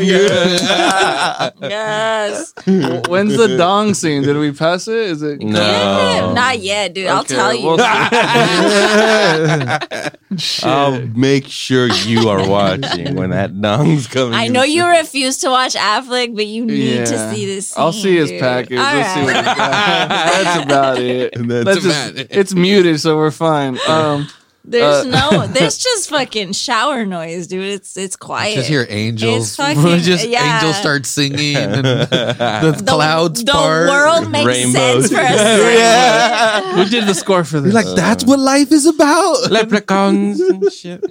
Speaker 4: Yes.
Speaker 3: When's the dong scene? Did we pass it? Is it
Speaker 2: No.
Speaker 4: Not yet, dude. I'll
Speaker 3: Okay,
Speaker 4: tell you.
Speaker 3: well, Oh,
Speaker 2: I'll make sure you are watching when that dong's coming.
Speaker 4: I know you refuse to watch Affleck, but you need to see this.
Speaker 3: I'll
Speaker 4: scene,
Speaker 3: see his
Speaker 4: dude.
Speaker 3: package.
Speaker 4: All
Speaker 3: We'll see what he's
Speaker 4: right.
Speaker 3: got. That's about it.
Speaker 2: That's
Speaker 3: just-
Speaker 2: about it.
Speaker 3: It's muted, so we're fine. Um,
Speaker 4: There's
Speaker 3: Uh,
Speaker 4: no. There's just fucking shower noise, dude. It's it's quiet.
Speaker 5: Just hear angels.
Speaker 4: It's fucking-
Speaker 5: just
Speaker 4: yeah.
Speaker 5: angels start singing and the,
Speaker 4: The-
Speaker 5: clouds
Speaker 4: The
Speaker 5: part.
Speaker 4: world makes
Speaker 2: Rainbows.
Speaker 4: sense for a second.
Speaker 3: we did the score for
Speaker 5: You're
Speaker 3: this.
Speaker 5: like, that's what life is about.
Speaker 2: leprechauns and shit.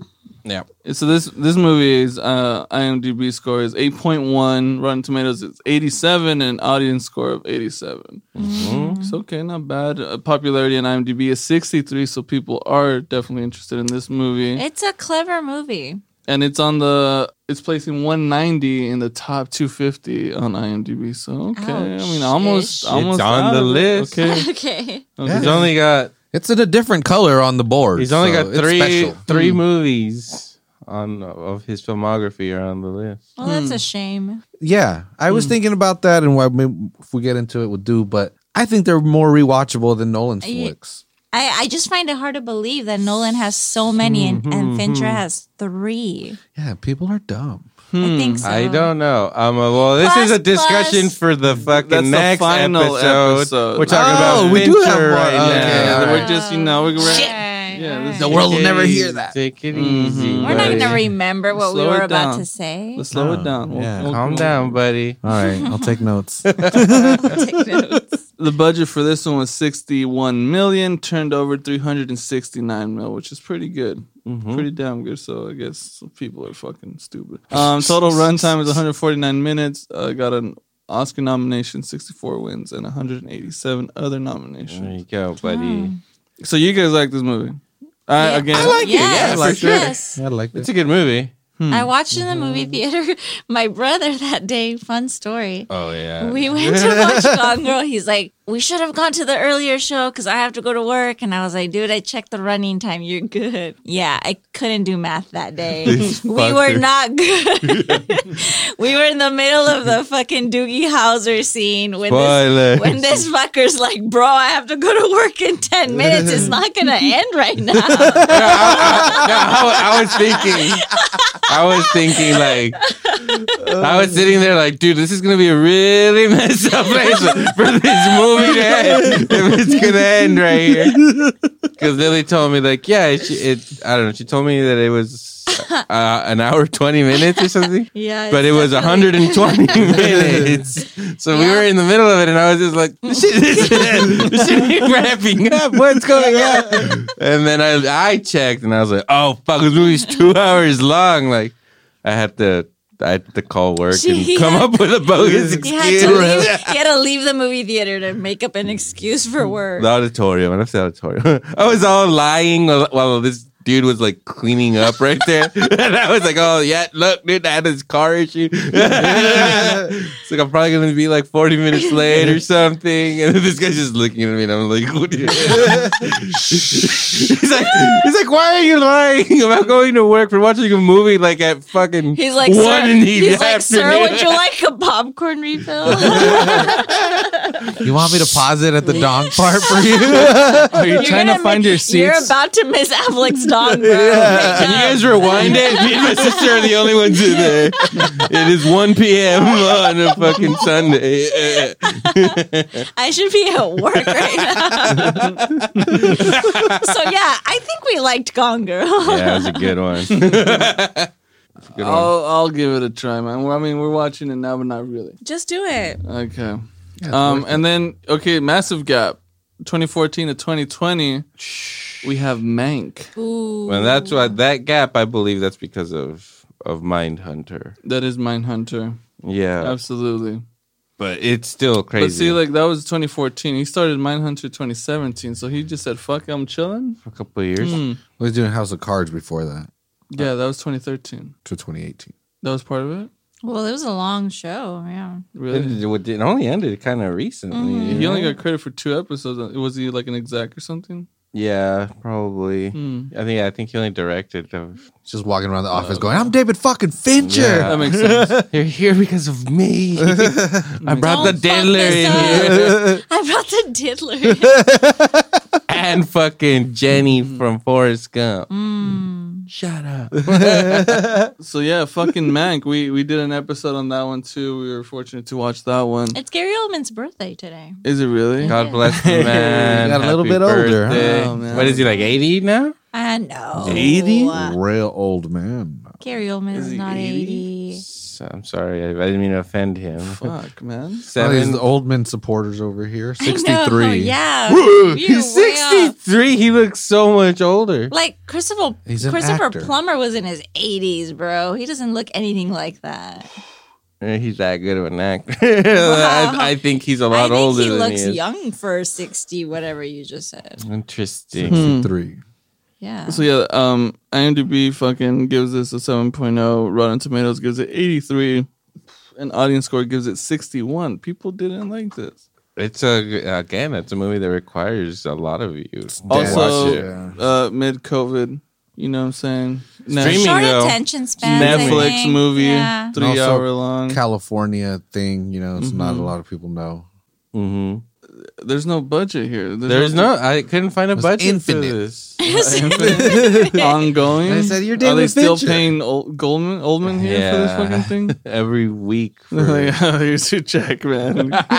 Speaker 2: Yeah.
Speaker 3: so this this movie's uh, IMDb score is 8.1, Rotten Tomatoes is 87, and audience score of 87.
Speaker 2: Mm-hmm.
Speaker 3: It's okay, not bad. Uh, popularity in IMDb is 63, so people are definitely interested in this movie.
Speaker 4: It's a clever movie.
Speaker 3: and it's on the it's placing 190 in the top 250 on IMDb. So okay, I mean
Speaker 4: Ouch.
Speaker 3: almost
Speaker 4: It's
Speaker 3: almost
Speaker 2: on
Speaker 3: out
Speaker 2: the
Speaker 3: of it.
Speaker 2: list.
Speaker 3: Okay,
Speaker 4: Okay.
Speaker 2: He's only got
Speaker 5: It's in a different color on the board.
Speaker 2: He's only
Speaker 5: so
Speaker 2: got
Speaker 5: it's
Speaker 2: three
Speaker 5: special. Mm.
Speaker 2: three movies on of his filmography are on the list.
Speaker 4: Well, that's
Speaker 3: Hmm.
Speaker 4: a shame.
Speaker 5: Yeah, I was thinking about that, and why maybe if we get into it, we'll do. But I think they're more rewatchable than Nolan's
Speaker 4: Ye-
Speaker 5: flicks.
Speaker 4: I, I just find it hard to believe that Nolan has so many
Speaker 3: Mm-hmm,
Speaker 4: and, and Fincher has three.
Speaker 5: Yeah, people are dumb.
Speaker 3: Hmm,
Speaker 4: I think so.
Speaker 2: I don't know. Um, uh, well, this
Speaker 4: Plus,
Speaker 2: is a discussion
Speaker 4: plus-
Speaker 2: for the fucking
Speaker 3: That's the
Speaker 2: next
Speaker 3: final
Speaker 2: episode.
Speaker 3: episode.
Speaker 2: We're talking
Speaker 5: Oh,
Speaker 2: about
Speaker 5: we do
Speaker 2: Fincher
Speaker 5: have one.
Speaker 2: right
Speaker 5: Okay,
Speaker 2: now.
Speaker 5: all
Speaker 3: Yeah,
Speaker 5: right.
Speaker 3: we're just you know we're
Speaker 4: Yeah,
Speaker 3: this is-
Speaker 5: The world will
Speaker 2: Take it
Speaker 5: never
Speaker 2: easy.
Speaker 5: hear that.
Speaker 2: Take it
Speaker 5: Mm-hmm.
Speaker 2: easy.
Speaker 4: We're not
Speaker 2: buddy.
Speaker 4: gonna remember what we
Speaker 3: Slow
Speaker 4: were
Speaker 3: it
Speaker 4: about
Speaker 3: down.
Speaker 4: to say.
Speaker 3: Let's slow
Speaker 5: Oh,
Speaker 3: it down. We'll-
Speaker 5: yeah.
Speaker 3: we'll-
Speaker 2: Calm down, buddy.
Speaker 5: All right, I'll take notes.
Speaker 4: Take notes.
Speaker 3: The budget for this one was 61 million, turned over 369 mil, which is pretty good.
Speaker 2: Mm-hmm.
Speaker 3: Pretty damn good. So I guess people are fucking stupid. Um, total runtime is 149 minutes. Uh, got an Oscar nomination, 64 wins, and 187 other
Speaker 2: There
Speaker 3: nominations.
Speaker 2: you go, buddy.
Speaker 3: So you guys like this movie?
Speaker 5: Uh,
Speaker 4: Yeah.
Speaker 3: I, Hmm. Again,
Speaker 2: I like it, yeah,
Speaker 4: Yes,
Speaker 2: for sure.
Speaker 4: yes.
Speaker 5: I like
Speaker 2: It's
Speaker 5: this.
Speaker 2: a good movie.
Speaker 4: I watched in the movie theater. My brother that day. Fun story.
Speaker 2: Oh yeah.
Speaker 4: We went to watch Gone Girl. He's like, we should have gone to the earlier show because I have to go to work. And I was like, dude, I checked the running time. You're good. Yeah, I couldn't do math that day.
Speaker 2: These
Speaker 4: we were
Speaker 2: fuckers.
Speaker 4: not good. we were in the middle of the fucking Doogie Hauser scene when this,
Speaker 2: Spoilers.
Speaker 4: when this fucker's like, bro, I have to go to work in 10 minutes. It's not going to end right now.
Speaker 2: No, I, I- no, I- I was thinking. I was thinking like I was sitting there like, dude, this is gonna be a really messed up place for this movie to end if it's gonna end right here. Because Lily told me like, yeah, it, it. I don't know. She told me that it was uh, an hour twenty minutes or something.
Speaker 4: Yeah.
Speaker 2: But it was 120 minutes. So we
Speaker 4: Yeah.
Speaker 2: were in the middle of it, and I was just like, this shit isn't, this shit ain't wrapping up. What's going on? And then I, I checked, and I was like, oh, fuck, this movie's two hours long. Like, I had to. I had to call work
Speaker 4: She-
Speaker 2: and come up with a bogus
Speaker 4: He had,
Speaker 2: excuse.
Speaker 4: to leave, he had to leave the movie theater to make up an excuse for work.
Speaker 2: The auditorium. I left the auditorium. I was all lying while, while this dude was like cleaning up right there. and I was like, oh, yeah, look, dude, I had this car issue. it's like, I'm probably going to be like 40 minutes late or something. And this guy's just looking at me and I'm like, what do you- he's, like he's like, why are you lying about going to work for watching a movie like at fucking
Speaker 4: He's like,
Speaker 2: one
Speaker 4: sir,
Speaker 2: in the
Speaker 4: he's like, sir,
Speaker 2: afternoon?
Speaker 4: would you like a popcorn refill?
Speaker 5: You want me to pause it at the dong part for you?
Speaker 3: Are you trying to
Speaker 4: gonna
Speaker 3: find
Speaker 4: mi-
Speaker 3: your
Speaker 4: You're
Speaker 3: seats?
Speaker 4: about to miss Affleck's dog, bro.
Speaker 2: Can you guys rewind it? Me and my sister are the only ones in there. It is 1 p.m. on a fucking Sunday. Uh,
Speaker 4: I should be at work right now. so yeah, I think we liked Gone Girl.
Speaker 2: yeah, that was a good one. It's a good one.
Speaker 3: I'll, I'll give it a try, man. Well, I mean, we're watching it now, but not really.
Speaker 4: Just do it.
Speaker 3: Okay. um, and then okay, massive gap, 2014 to 2020. We have Mank.
Speaker 4: Ooh.
Speaker 2: Well, that's why that gap. I believe that's because of of Mindhunter.
Speaker 3: That is Mindhunter.
Speaker 2: Yeah,
Speaker 3: Absolutely.
Speaker 2: but it's still crazy.
Speaker 3: But see, like that was 2014. He started Mindhunter 2017. So he just said, "Fuck, I'm chilling."
Speaker 2: for a couple of years.
Speaker 3: Hmm.
Speaker 5: we was doing House of Cards before that
Speaker 3: Yeah, that was 2013.
Speaker 5: to 2018.
Speaker 3: That was part of it.
Speaker 4: Well, it was a long show. Yeah.
Speaker 3: Really. Mm-hmm.
Speaker 2: It, it- it only ended kind of recently.
Speaker 3: He
Speaker 2: you know?
Speaker 3: only got credit for two episodes. Uh, Was he like an exec or something?
Speaker 2: yeah, probably.
Speaker 3: Hmm.
Speaker 2: I think I think he only directed. Of,
Speaker 5: Just walking around the office going, I'm David fucking Fincher.
Speaker 2: Yeah.
Speaker 3: That makes sense.
Speaker 2: You're here because of me. I brought the
Speaker 4: Don't fuck
Speaker 2: diddler in
Speaker 4: this
Speaker 2: here.
Speaker 4: up. I brought the diddler. in.
Speaker 2: and fucking Jenny from Forrest
Speaker 3: Mm-hmm.
Speaker 2: Gump.
Speaker 4: Hmm.
Speaker 2: Shut up.
Speaker 3: So yeah, fucking Mank. We we did an episode on that one too. We were fortunate to watch that one.
Speaker 4: it's Gary Oldman's birthday today.
Speaker 3: Is it really?
Speaker 2: God bless the man.
Speaker 5: You got a little
Speaker 2: Happy
Speaker 5: bit older, huh?
Speaker 2: birthday.
Speaker 3: Oh, man.
Speaker 2: What is he like? Eighty now?
Speaker 4: I know.
Speaker 5: Real old man.
Speaker 4: Gary Oldman
Speaker 3: Is
Speaker 4: is
Speaker 3: he
Speaker 4: not
Speaker 3: 80?
Speaker 4: 80.
Speaker 2: So- I'm sorry, I, I didn't mean to offend him.
Speaker 3: Fuck, man.
Speaker 5: All these
Speaker 2: Seven.
Speaker 5: old men supporters over here.
Speaker 4: I know,
Speaker 5: 63.
Speaker 4: yeah. You're
Speaker 2: He's
Speaker 4: way off.
Speaker 2: sixty-three. He looks so much older.
Speaker 4: Like Christopher
Speaker 5: He's an
Speaker 4: Christopher
Speaker 5: actor.
Speaker 4: Plummer was in his 80s, bro. He doesn't look anything like that.
Speaker 2: Eh, He's that good of an actor. I, I think he's a
Speaker 4: I
Speaker 2: lot
Speaker 4: think
Speaker 2: older
Speaker 4: he
Speaker 2: than
Speaker 4: looks
Speaker 2: he is.
Speaker 4: young for 60, whatever you just said.
Speaker 2: Interesting.
Speaker 5: Hmm. 63.
Speaker 4: Yeah.
Speaker 3: So yeah, um, IMDb fucking gives this a 7.0. Rotten Tomatoes gives it 83. And audience score gives it 61. People didn't like this.
Speaker 2: It's a again. It's a movie that requires a lot of you. to
Speaker 3: Also,
Speaker 2: watch it.
Speaker 3: uh, mid COVID, you know what I'm saying? Net-
Speaker 2: Streaming,
Speaker 4: Short
Speaker 2: though.
Speaker 4: attention span.
Speaker 3: Netflix movie,
Speaker 4: Yeah.
Speaker 3: three
Speaker 5: And also
Speaker 3: Hmm. hour long. Mm-hmm.
Speaker 5: California thing, you know, it's not a lot of people know.
Speaker 2: Mhm.
Speaker 3: there's no budget here.
Speaker 2: There's no. I couldn't find a
Speaker 5: was
Speaker 2: budget
Speaker 5: infinite.
Speaker 2: for this.
Speaker 3: ongoing.
Speaker 5: I said, "You're
Speaker 3: Are
Speaker 5: David
Speaker 3: they still
Speaker 5: Fincher."
Speaker 3: paying Ol- Goldman Oldman here for this
Speaker 2: Yeah.
Speaker 3: fucking thing?
Speaker 2: Every week. For,
Speaker 3: Like, oh, here's your check, man.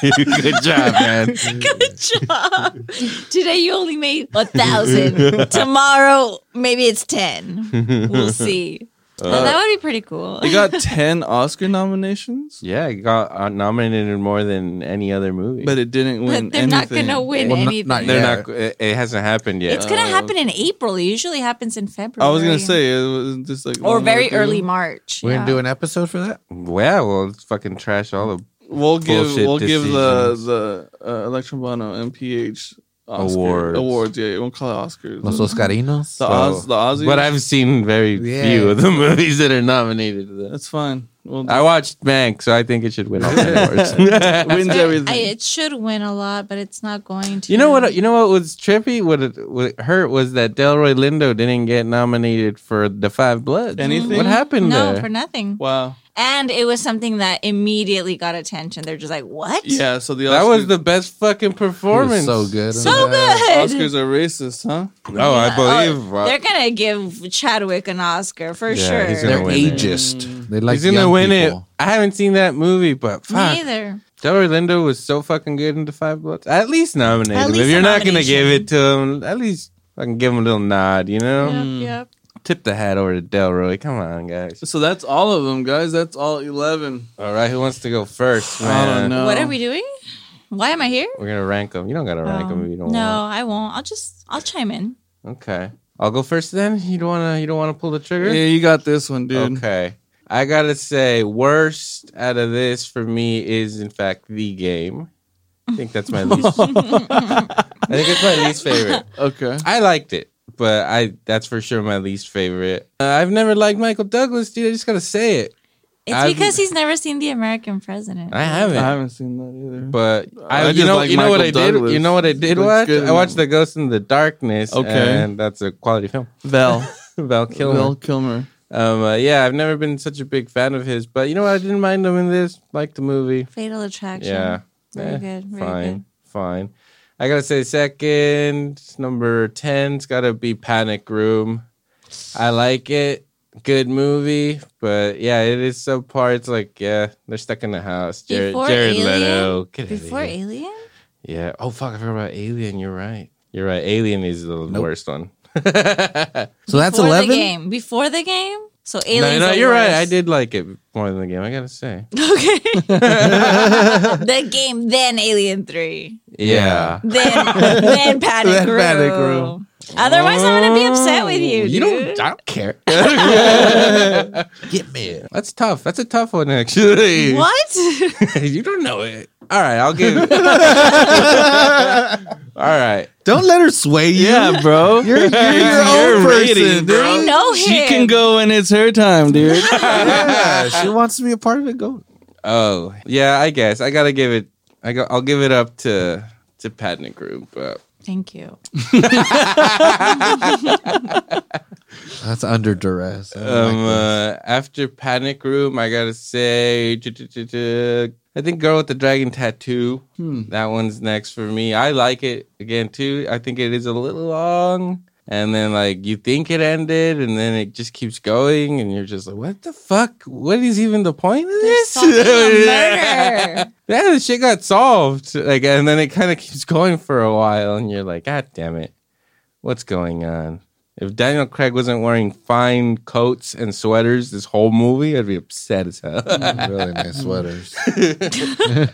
Speaker 2: good job, man.
Speaker 4: Good job. Today you only made a thousand. Tomorrow maybe it's ten. We'll see.
Speaker 2: Uh,
Speaker 4: But that would be pretty cool.
Speaker 3: They got ten Oscar nominations,
Speaker 2: Yeah, it got uh, nominated more than any other movie.
Speaker 3: but it didn't win.
Speaker 4: But they're not
Speaker 3: anything.
Speaker 4: gonna win
Speaker 5: Well, not-
Speaker 4: anything.
Speaker 5: not
Speaker 2: they're
Speaker 5: Yeah.
Speaker 2: not. It, it hasn't happened yet.
Speaker 4: It's gonna
Speaker 3: Oh,
Speaker 4: happen in April. It usually happens in February.
Speaker 3: I was gonna say it was just like
Speaker 4: or
Speaker 3: long
Speaker 4: very
Speaker 3: overdue.
Speaker 4: early March.
Speaker 5: We're
Speaker 4: yeah.
Speaker 5: gonna do an episode for that.
Speaker 2: Uh, Well, well, let's fucking trash all the
Speaker 3: We'll give
Speaker 2: Bullshit
Speaker 3: we'll give
Speaker 2: decisions.
Speaker 3: the the uh, Electron Bono MPH Oscar,
Speaker 2: Awards.
Speaker 3: awards. Yeah, we'll call it Oscars.
Speaker 5: Los Oscarinos.
Speaker 3: the Oz, the Aussie.
Speaker 2: But I've seen very
Speaker 5: Yeah.
Speaker 2: few of the movies that are nominated. To this.
Speaker 3: that's fine. We'll
Speaker 2: I watched Mank, so I think it should win all the awards.
Speaker 3: wins
Speaker 4: I-
Speaker 3: everything.
Speaker 4: I- it should win a lot, but it's not going to.
Speaker 2: you know what? uh, You know what was trippy? What, it, what it hurt was that Delroy Lindo didn't get nominated for The Five Bloods.
Speaker 3: Anything?
Speaker 2: What happened
Speaker 4: no,
Speaker 2: there?
Speaker 4: for nothing.
Speaker 3: wow.
Speaker 4: And it was something that immediately got attention. They're just like, "What?
Speaker 3: Yeah. So the Oscars,
Speaker 2: that was the best fucking
Speaker 5: It was
Speaker 2: performance.
Speaker 5: so good.
Speaker 4: so good."
Speaker 3: Oscars are racist, huh?
Speaker 2: Oh, I believe.
Speaker 4: They're gonna give Chadwick an Oscar for
Speaker 2: Yeah,
Speaker 4: sure.
Speaker 2: he's
Speaker 5: They're
Speaker 2: Gonna win it.
Speaker 3: Mm.
Speaker 5: ageist. They like
Speaker 2: He's gonna
Speaker 5: young
Speaker 2: win
Speaker 5: people.
Speaker 2: it. I haven't seen that movie, but fuck,
Speaker 4: Me either.
Speaker 2: Delroy Lindo was so fucking good in The Five Bloods. At least nominate
Speaker 4: At
Speaker 2: him.
Speaker 4: least
Speaker 2: if
Speaker 4: a
Speaker 2: you're not gonna
Speaker 4: nomination.
Speaker 2: give it to him, at least fucking give him a little nod. You know.
Speaker 4: Yep,
Speaker 2: Tip the hat over to Delroy. Come on, guys.
Speaker 3: So that's all of them, guys. That's all eleven.
Speaker 2: All right, who wants to go first?
Speaker 3: I
Speaker 2: Man?
Speaker 3: don't know.
Speaker 4: yep. What are we doing? Why am I here?
Speaker 2: We're gonna rank them. You don't gotta rank them if you don't
Speaker 4: no,
Speaker 2: want.
Speaker 4: I won't. I'll just I'll chime in.
Speaker 2: Okay, I'll go first then. You don't wanna. You don't wanna pull the trigger.
Speaker 3: Yeah, you got this one, dude.
Speaker 2: okay. I gotta say, worst out of this for me is in fact the game. I think that's my least. I think it's my least favorite.
Speaker 3: Okay.
Speaker 2: I liked it, but I that's for sure my least favorite. Uh, I've never liked Michael Douglas, dude. I just gotta say it.
Speaker 4: It's
Speaker 2: I've-
Speaker 4: because he's never seen the American president.
Speaker 2: I
Speaker 3: I
Speaker 2: haven't.
Speaker 3: haven't seen that either.
Speaker 2: But I,
Speaker 3: I
Speaker 2: you
Speaker 3: just
Speaker 2: know,
Speaker 3: like
Speaker 2: you know what I
Speaker 3: Michael
Speaker 2: did.
Speaker 3: Douglas.
Speaker 2: You know what I did
Speaker 3: Looks
Speaker 2: watch.
Speaker 3: good in
Speaker 2: I watched
Speaker 3: that.
Speaker 2: The Ghost in the Darkness.
Speaker 3: Okay.
Speaker 2: and that's a quality film.
Speaker 3: Val,
Speaker 2: Val Kilmer.
Speaker 3: Val Kilmer.
Speaker 2: Um, uh, yeah, I've never been such a big fan of his, but you know what? I didn't mind him in this. Liked the movie.
Speaker 4: Fatal Attraction.
Speaker 2: Yeah,
Speaker 4: Very
Speaker 2: Eh,
Speaker 4: good. Very
Speaker 2: fine,
Speaker 4: good.
Speaker 2: fine. I gotta say, second number ten's gotta be Panic Room. I like it. Good movie, but yeah, it is subpar. It's like, yeah, they're stuck in the house. Jared,
Speaker 4: Before
Speaker 2: Jared
Speaker 4: Alien?
Speaker 2: Leto. Get outta
Speaker 4: Before
Speaker 2: here.
Speaker 4: Alien?
Speaker 2: Yeah. Oh fuck, I forgot about Alien. You're right. You're right. Alien is the worst one.
Speaker 5: So that's
Speaker 4: Before the
Speaker 5: eleven.
Speaker 4: game. Before the game? So
Speaker 2: No,
Speaker 4: Alien.
Speaker 2: no, you're right. I did like it more than the game. I gotta say.
Speaker 4: Okay. the game, then Alien 3.
Speaker 2: Yeah.
Speaker 4: Then, then Panic
Speaker 5: Then
Speaker 4: Room.
Speaker 5: Panic Room.
Speaker 4: Other's, I'm going to be upset with
Speaker 2: Oh,
Speaker 4: you.
Speaker 5: You
Speaker 4: dude.
Speaker 5: don't. I don't care. Get me.
Speaker 2: That's tough. That's a tough one, actually.
Speaker 4: What?
Speaker 2: you don't know it. All right, I'll give. All right.
Speaker 5: Don't let her sway you.
Speaker 3: Yeah, bro.
Speaker 5: You're, you're your own
Speaker 3: You're
Speaker 5: person.
Speaker 3: rating,
Speaker 5: dude.
Speaker 3: bro.
Speaker 4: I know him.
Speaker 3: She can go when it's her time, dude.
Speaker 5: Yeah, she wants to be a part of it. Go.
Speaker 2: Oh yeah, I guess I gotta give it. I go, I'll give it up to to Patnick Group. But
Speaker 4: Thank you.
Speaker 5: That's under duress. I don't
Speaker 2: Um,
Speaker 5: like
Speaker 2: uh,
Speaker 5: that.
Speaker 2: after Panic Room, I gotta say, I think Girl with the Dragon Tattoo. That one's next for me. I like it again too. I think it is a little long, and then like you think it ended, and then it just keeps going, and you're just like, what the fuck? What is even the point of this?
Speaker 4: Solving a murder.
Speaker 2: Yeah, the shit got solved. Like, and then it kind of keeps going for a while, and you're like, God damn it, what's going on? If Daniel Craig wasn't wearing fine coats and sweaters this whole movie, I'd be upset as
Speaker 3: Mm.
Speaker 2: hell.
Speaker 5: really nice sweaters.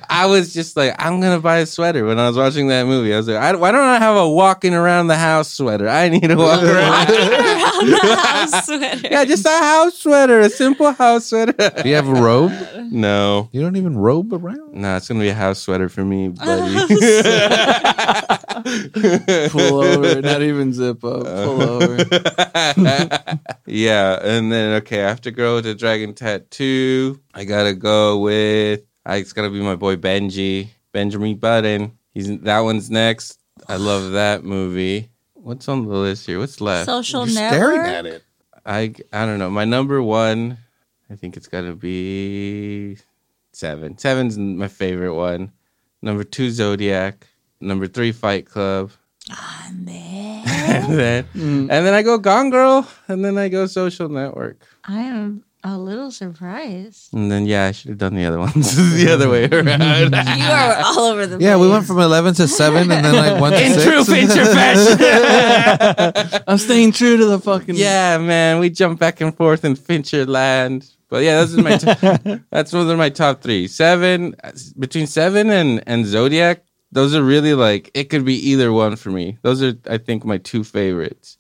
Speaker 2: I was just like, I'm gonna buy a sweater when I was watching that movie. I was like, I, why don't I have a walking around the house sweater? I need to walk around.
Speaker 4: Around the house sweater.
Speaker 2: yeah, just a house sweater, a simple house sweater.
Speaker 5: Do you have a robe?
Speaker 2: no,
Speaker 5: You don't even robe around.
Speaker 2: no, it's gonna be a house sweater for me, buddy.
Speaker 3: Pull over. Not even zip up.
Speaker 2: Uh.
Speaker 3: Pull over.
Speaker 2: Yeah, and then okay, after Girl with the Dragon Tattoo, I gotta go with I, it's gotta be my boy Benji, Benjamin Button. He's that one's next. I love that movie. What's on the list here? What's left?
Speaker 4: Social
Speaker 5: You're
Speaker 4: network.
Speaker 5: staring at it.
Speaker 2: I I don't know. My number one, I think it's gotta be seven. Seven's my favorite one. Number two, Zodiac. Number three, Fight Club.
Speaker 4: I
Speaker 2: and then
Speaker 3: Mm.
Speaker 2: and then I go Gone Girl, and then I go Social Network,
Speaker 4: am a little surprised.
Speaker 2: and then yeah, I should have done the other ones the other way around.
Speaker 4: You are all over the place.
Speaker 5: Yeah, we went from eleven to seven, and then like one to
Speaker 2: In
Speaker 5: six.
Speaker 2: true picture fashion.
Speaker 3: I'm staying true to the fucking
Speaker 2: yeah, man, we jump back and forth in Fincher land. But yeah, those are my t- that's those are my top three. Seven between seven and and Zodiac. Those are really like it could be either one for me. Those are I think my two favorites.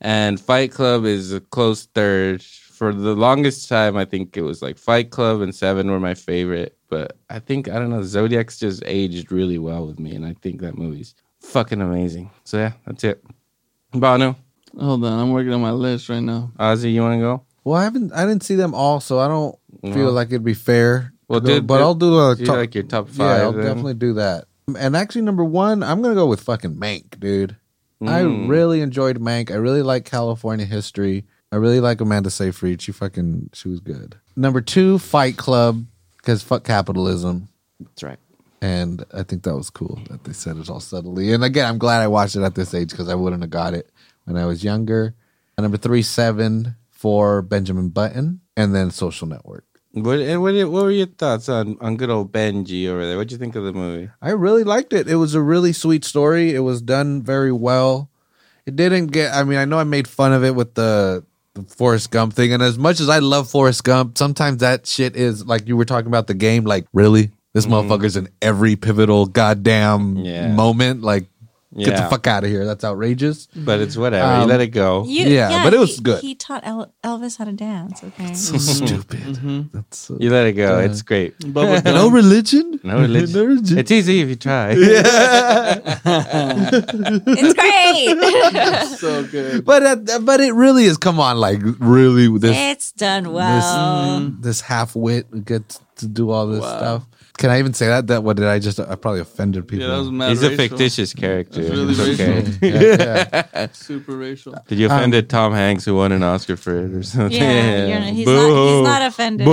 Speaker 2: And Fight Club is a close third. For the longest time, I think it was like Fight Club and Seven were my favorite. But I think I don't know. Zodiac's just aged really well with me, and I think that movie's fucking amazing. So yeah, that's it. Bono,
Speaker 3: Hold on, I'm working on my list right now.
Speaker 2: Ozzy, you want to go?
Speaker 5: Well, I haven't. I didn't see them all, so I don't
Speaker 2: No.
Speaker 5: feel like it'd be fair. to
Speaker 2: Well,
Speaker 5: go-
Speaker 2: dude,
Speaker 5: but
Speaker 2: dude,
Speaker 5: I'll do a
Speaker 2: Do you
Speaker 5: top,
Speaker 2: like your top
Speaker 5: yeah,
Speaker 2: five?
Speaker 5: I'll
Speaker 2: then?
Speaker 5: definitely do that. And actually, number one, I'm gonna go with fucking Mank, dude. I
Speaker 2: Mm.
Speaker 5: really enjoyed Mank. I really like California history. I really like Amanda Seyfried. She fucking she was good. Number two, Fight Club, because fuck capitalism.
Speaker 2: That's right.
Speaker 5: And I think that was cool that they said it all subtly. And again, I'm glad I watched it at this age because I wouldn't have got it when I was younger. And number three, seven for Benjamin Button, and then Social Network.
Speaker 2: What and what, eh, what were your thoughts on, on good old Benji over there? What'd you think of the movie?
Speaker 5: I really liked it. It was a really sweet story. It was done very well. It didn't get. I mean, I know I made fun of it with the, the Forrest Gump thing, and as much as I love Forrest Gump, sometimes that shit is like you were talking about the game. Like, really, this motherfucker's in every pivotal goddamn
Speaker 2: Mm-hmm. Yeah.
Speaker 5: moment. Like, get
Speaker 2: Yeah.
Speaker 5: the fuck out of here. That's outrageous.
Speaker 2: But it's whatever. you
Speaker 5: Um,
Speaker 2: let it go.
Speaker 4: You-
Speaker 5: Yeah, but it was
Speaker 4: he-
Speaker 5: good.
Speaker 4: He taught El- Elvis how to dance. Okay.
Speaker 2: Mm-hmm.
Speaker 5: So stupid. That's uh,
Speaker 2: you let it go. it's great.
Speaker 3: Bubba Gump.
Speaker 5: no religion.
Speaker 2: No religion.
Speaker 5: religion.
Speaker 2: It's easy if you try. Yeah.
Speaker 4: it's great.
Speaker 3: so good.
Speaker 5: but uh, but it really is. Come on, like really this
Speaker 4: it's done well.
Speaker 2: Oh.
Speaker 5: this this half wit gets to do all this
Speaker 3: Wow.
Speaker 5: stuff. Can I even say that? That what did I just? I probably offended people.
Speaker 3: Yeah, that was mad
Speaker 2: He's a
Speaker 3: racial.
Speaker 2: fictitious character.
Speaker 3: That's really
Speaker 2: It's okay.
Speaker 3: racial.
Speaker 5: Yeah, yeah.
Speaker 3: Super racial.
Speaker 2: Did you offend it Tom Hanks who won an Oscar for it or something?
Speaker 4: Yeah, You're, not- he's, not, he's not offended.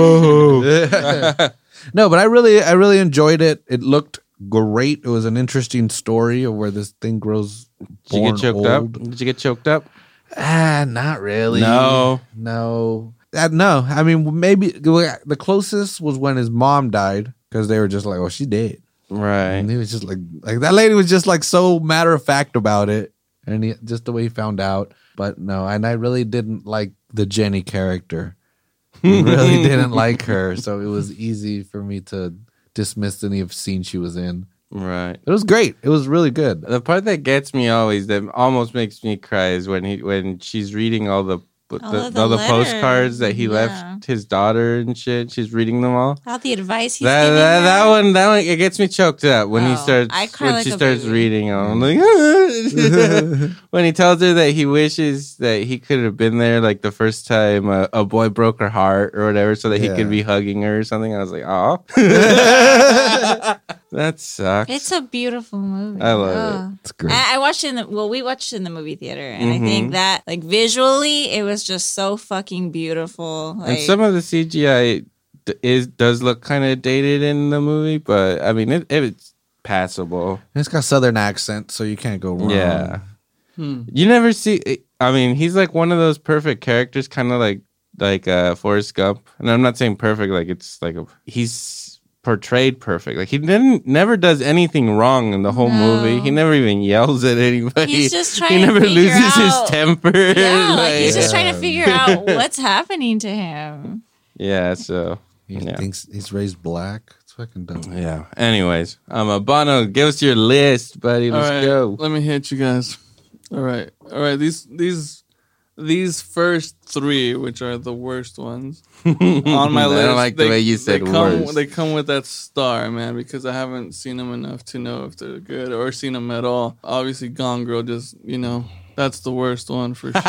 Speaker 5: no, but I really, I really enjoyed it. It looked great. It was an interesting story of where this thing grows.
Speaker 2: Did you
Speaker 5: born
Speaker 2: get choked
Speaker 5: old.
Speaker 2: up? Did you get choked up?
Speaker 5: Ah, not really.
Speaker 2: No.
Speaker 5: no, Uh, no. I mean, maybe the closest was when his mom died because they were just like, "Oh, she dead."
Speaker 2: Right.
Speaker 5: And he was just like, like that lady was just like so matter of fact about it, and he, just the way he found out. But no, and I really didn't like the Jenny character. I really didn't like her, so it was easy for me to dismiss any of scene she was in.
Speaker 2: Right.
Speaker 5: It was great. It was really good.
Speaker 2: The part that gets me always, that almost makes me cry, is when he when she's reading all the the,
Speaker 4: All of the
Speaker 2: all the
Speaker 4: letters,
Speaker 2: postcards that he
Speaker 4: yeah.
Speaker 2: left his daughter and shit. She's reading them all.
Speaker 4: All the advice he's
Speaker 2: That,
Speaker 4: giving
Speaker 2: that,
Speaker 4: her.
Speaker 2: that one that one it gets me choked up when he
Speaker 4: Oh,
Speaker 2: starts
Speaker 4: I cry
Speaker 2: when
Speaker 4: like
Speaker 2: she
Speaker 4: a
Speaker 2: starts
Speaker 4: baby.
Speaker 2: reading. I'm like when he tells her that he wishes that he could have been there like the first time a, a boy broke her heart or whatever, so that he
Speaker 5: Yeah.
Speaker 2: could be hugging her or something. I was like, oh, that sucks.
Speaker 4: It's a beautiful movie.
Speaker 2: I love
Speaker 4: Oh.
Speaker 5: It's great.
Speaker 4: I, I watched it in the well, we watched it in the movie theater, and
Speaker 2: Mhm.
Speaker 4: I think that like visually, it was just so fucking beautiful. Like,
Speaker 2: and some of the CGI d- is does look kind of dated in the movie, but I mean it, it's passable.
Speaker 5: It's got southern accent, so you can't go wrong.
Speaker 2: Yeah.
Speaker 3: Hmm.
Speaker 2: You never see. eh, I mean, he's like one of those perfect characters, kind of like like uh, Forrest Gump. And I'm not saying perfect, like it's like a, he's portrayed perfect. Like he didn't never does anything wrong in the whole
Speaker 4: No.
Speaker 2: movie. He never even yells at anybody.
Speaker 4: He's just trying
Speaker 2: He
Speaker 4: to
Speaker 2: never
Speaker 4: figure
Speaker 2: loses
Speaker 4: out-
Speaker 2: his temper.
Speaker 4: yeah, like,
Speaker 2: like-
Speaker 4: he's just
Speaker 5: Yeah.
Speaker 4: trying to figure out what's happening to him.
Speaker 2: yeah. So
Speaker 5: He
Speaker 2: Yeah.
Speaker 5: thinks he's raised black. It's fucking dumb.
Speaker 2: yeah. Anyways, um, uh, Bono, give us your list, buddy.
Speaker 3: All
Speaker 2: Let's
Speaker 3: right,
Speaker 2: go.
Speaker 3: Let me hit you guys. All right, all right. These these these first three, which are the worst ones on my
Speaker 2: I
Speaker 3: list.
Speaker 2: don't like the way you said
Speaker 3: they come,
Speaker 2: worst.
Speaker 3: They come with that star, man, because I haven't seen them enough to know if they're good or seen them at all. Obviously, Gone Girl, just you know, that's the worst one for sure.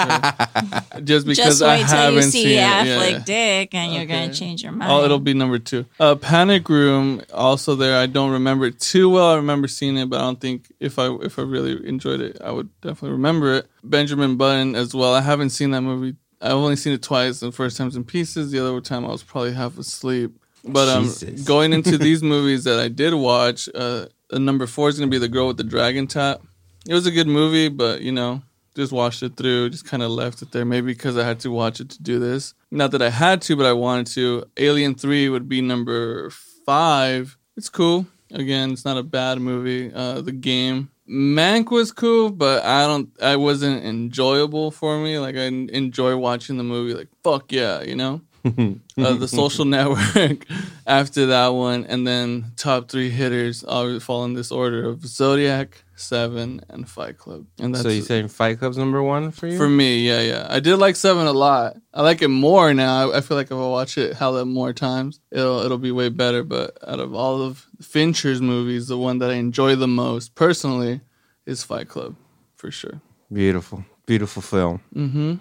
Speaker 3: just because
Speaker 4: Just
Speaker 3: I
Speaker 4: wait till
Speaker 3: haven't
Speaker 4: you see
Speaker 3: seen
Speaker 4: Affleck
Speaker 3: it. Yeah, yeah.
Speaker 4: Dick, and you're gonna
Speaker 3: Okay.
Speaker 4: change your mind.
Speaker 3: Oh, it'll be number two. Uh, Panic Room also there. I don't remember it too well. I remember seeing it, but I don't think if I if I really enjoyed it, I would definitely remember it. Benjamin Button as well. I haven't seen that movie. I've only seen it twice. The first time's in pieces. The other time I was probably half asleep. But um,
Speaker 2: Jesus.
Speaker 3: going into these movies that I did watch, uh, uh, number four is gonna be the girl with the dragon top. It was a good movie, but you know, just watched it through. Just kind of left it there, maybe because I had to watch it to do this. Not that I had to, but I wanted to. Alien Three would be number five. It's cool. Again, it's not a bad movie. Uh, the game Mank was cool, but I don't. I wasn't enjoyable for me. Like I en- enjoy watching the movie. Like fuck yeah, you know uh, the social network after that one and then top three hitters always fall in this order of zodiac seven and fight club and that's
Speaker 2: so you saying Fight Club's number one for you?
Speaker 3: for me yeah yeah i did like seven a lot i like it more now i, I feel like if i watch it hell it more times it'll it'll be way better but out of all of fincher's movies the one that i enjoy the most personally is fight club for sure
Speaker 2: beautiful, beautiful film.
Speaker 3: mm-hmm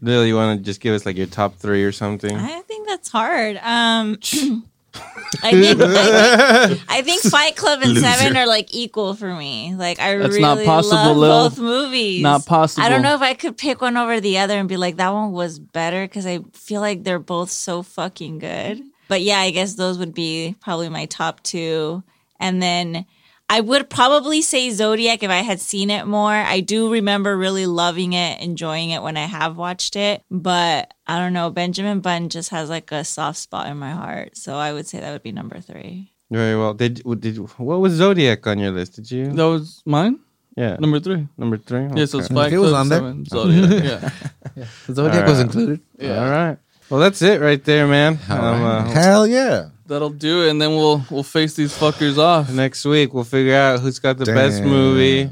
Speaker 2: Lil, you want to just give us like your top three or something?
Speaker 4: I think that's hard. Um, I think I, think Fight Club and Seven are like equal for me. Like I
Speaker 3: That's
Speaker 4: really
Speaker 3: not possible,
Speaker 4: love
Speaker 3: Lil.
Speaker 4: both movies.
Speaker 3: Not possible.
Speaker 4: I don't know if I could pick one over the other and be like that one was better because I feel like they're both so fucking good. But yeah, I guess those would be probably my top two, and then. I would probably say Zodiac if I had seen it more. I do remember really loving it, enjoying it when I have watched it, but I don't know. Benjamin Bunn just has like a soft spot in my heart, so I would say that would be number three.
Speaker 2: Very well. Did did what was Zodiac on your list? Did you?
Speaker 3: that was mine
Speaker 2: Yeah,
Speaker 3: number three
Speaker 2: number three.
Speaker 3: yeah so it's
Speaker 2: Okay.
Speaker 3: fight
Speaker 5: It
Speaker 3: club
Speaker 5: was on there.
Speaker 3: seven zodiac yeah
Speaker 5: Zodiac
Speaker 2: All
Speaker 5: was
Speaker 2: right.
Speaker 5: included.
Speaker 3: yeah
Speaker 2: All right. Well, that's it right there, man. Um, uh,
Speaker 5: Hell yeah.
Speaker 3: That'll do it, and then we'll we'll face these fuckers off.
Speaker 2: next week we'll figure out who's got the best
Speaker 5: Damn.
Speaker 2: movie.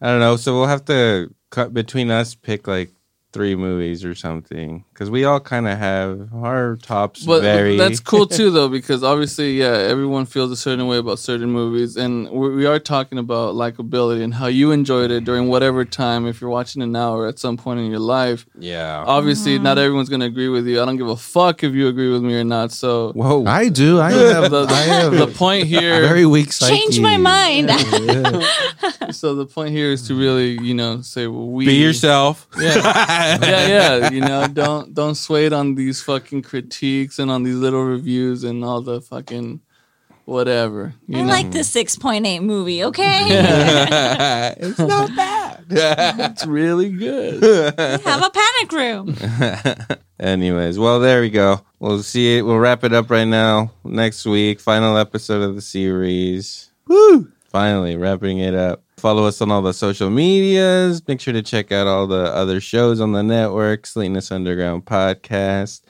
Speaker 2: I don't know. So we'll have to cut between us pick like three movies or something because we all kind of have our tops
Speaker 3: But
Speaker 2: vary.
Speaker 3: that's cool too, though, because obviously, yeah, everyone feels a certain way about certain movies, and we we are talking about likability and how you enjoyed it during whatever time, if you're watching it now or at some point in your life.
Speaker 2: Yeah.
Speaker 5: Uh-huh.
Speaker 3: Obviously, not everyone's gonna agree with you. I don't give a fuck if you agree with me or not. So
Speaker 2: Whoa.
Speaker 5: I do. I have,
Speaker 3: the,
Speaker 5: I have
Speaker 3: the point here
Speaker 5: very weak psyche.
Speaker 4: Change my mind.
Speaker 3: so the point here is to really, you know, say well, we
Speaker 2: Be yourself.
Speaker 3: yeah, yeah, yeah. You know, don't don't sway it on these fucking critiques and on these little reviews and all the fucking whatever. You
Speaker 4: I
Speaker 3: know,
Speaker 4: like the 6.8 movie, okay?
Speaker 2: it's not bad.
Speaker 3: it's really good.
Speaker 4: Have a panic room.
Speaker 2: Anyways, well, there we go. We'll see it. We'll wrap it up right now. Next week, final episode of the series. Woo! Finally, wrapping it up. Follow us on all the social medias. Make sure to check out all the other shows on the network Sleetness Underground Podcast,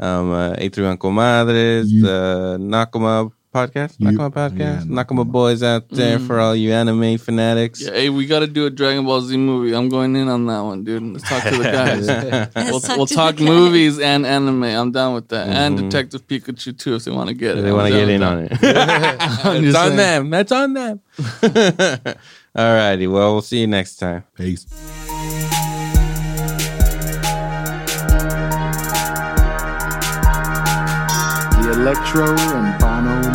Speaker 2: um, uh, A Three Uncle Madres, the Nakama Podcast, Nakama Podcast,
Speaker 5: Yeah,
Speaker 2: Nakama Boys out there for all you anime fanatics.
Speaker 3: Mm. Yeah, hey, we got to do a Dragon Ball Z movie. I'm going in on that one, dude. Let's talk to the guys. we'll
Speaker 4: Let's
Speaker 3: we'll
Speaker 4: to
Speaker 3: talk
Speaker 4: the guy.
Speaker 3: movies and anime. I'm down with that. And
Speaker 2: Mhm.
Speaker 3: Detective Pikachu too, if they want to get it.
Speaker 2: They
Speaker 3: I'm
Speaker 2: want to
Speaker 3: down
Speaker 2: get
Speaker 3: with
Speaker 2: in
Speaker 3: that.
Speaker 2: on it. it's on
Speaker 3: saying.
Speaker 2: them. That's on them. All righty. Well, we'll see you next time.
Speaker 5: Peace.
Speaker 1: The Electro and Bono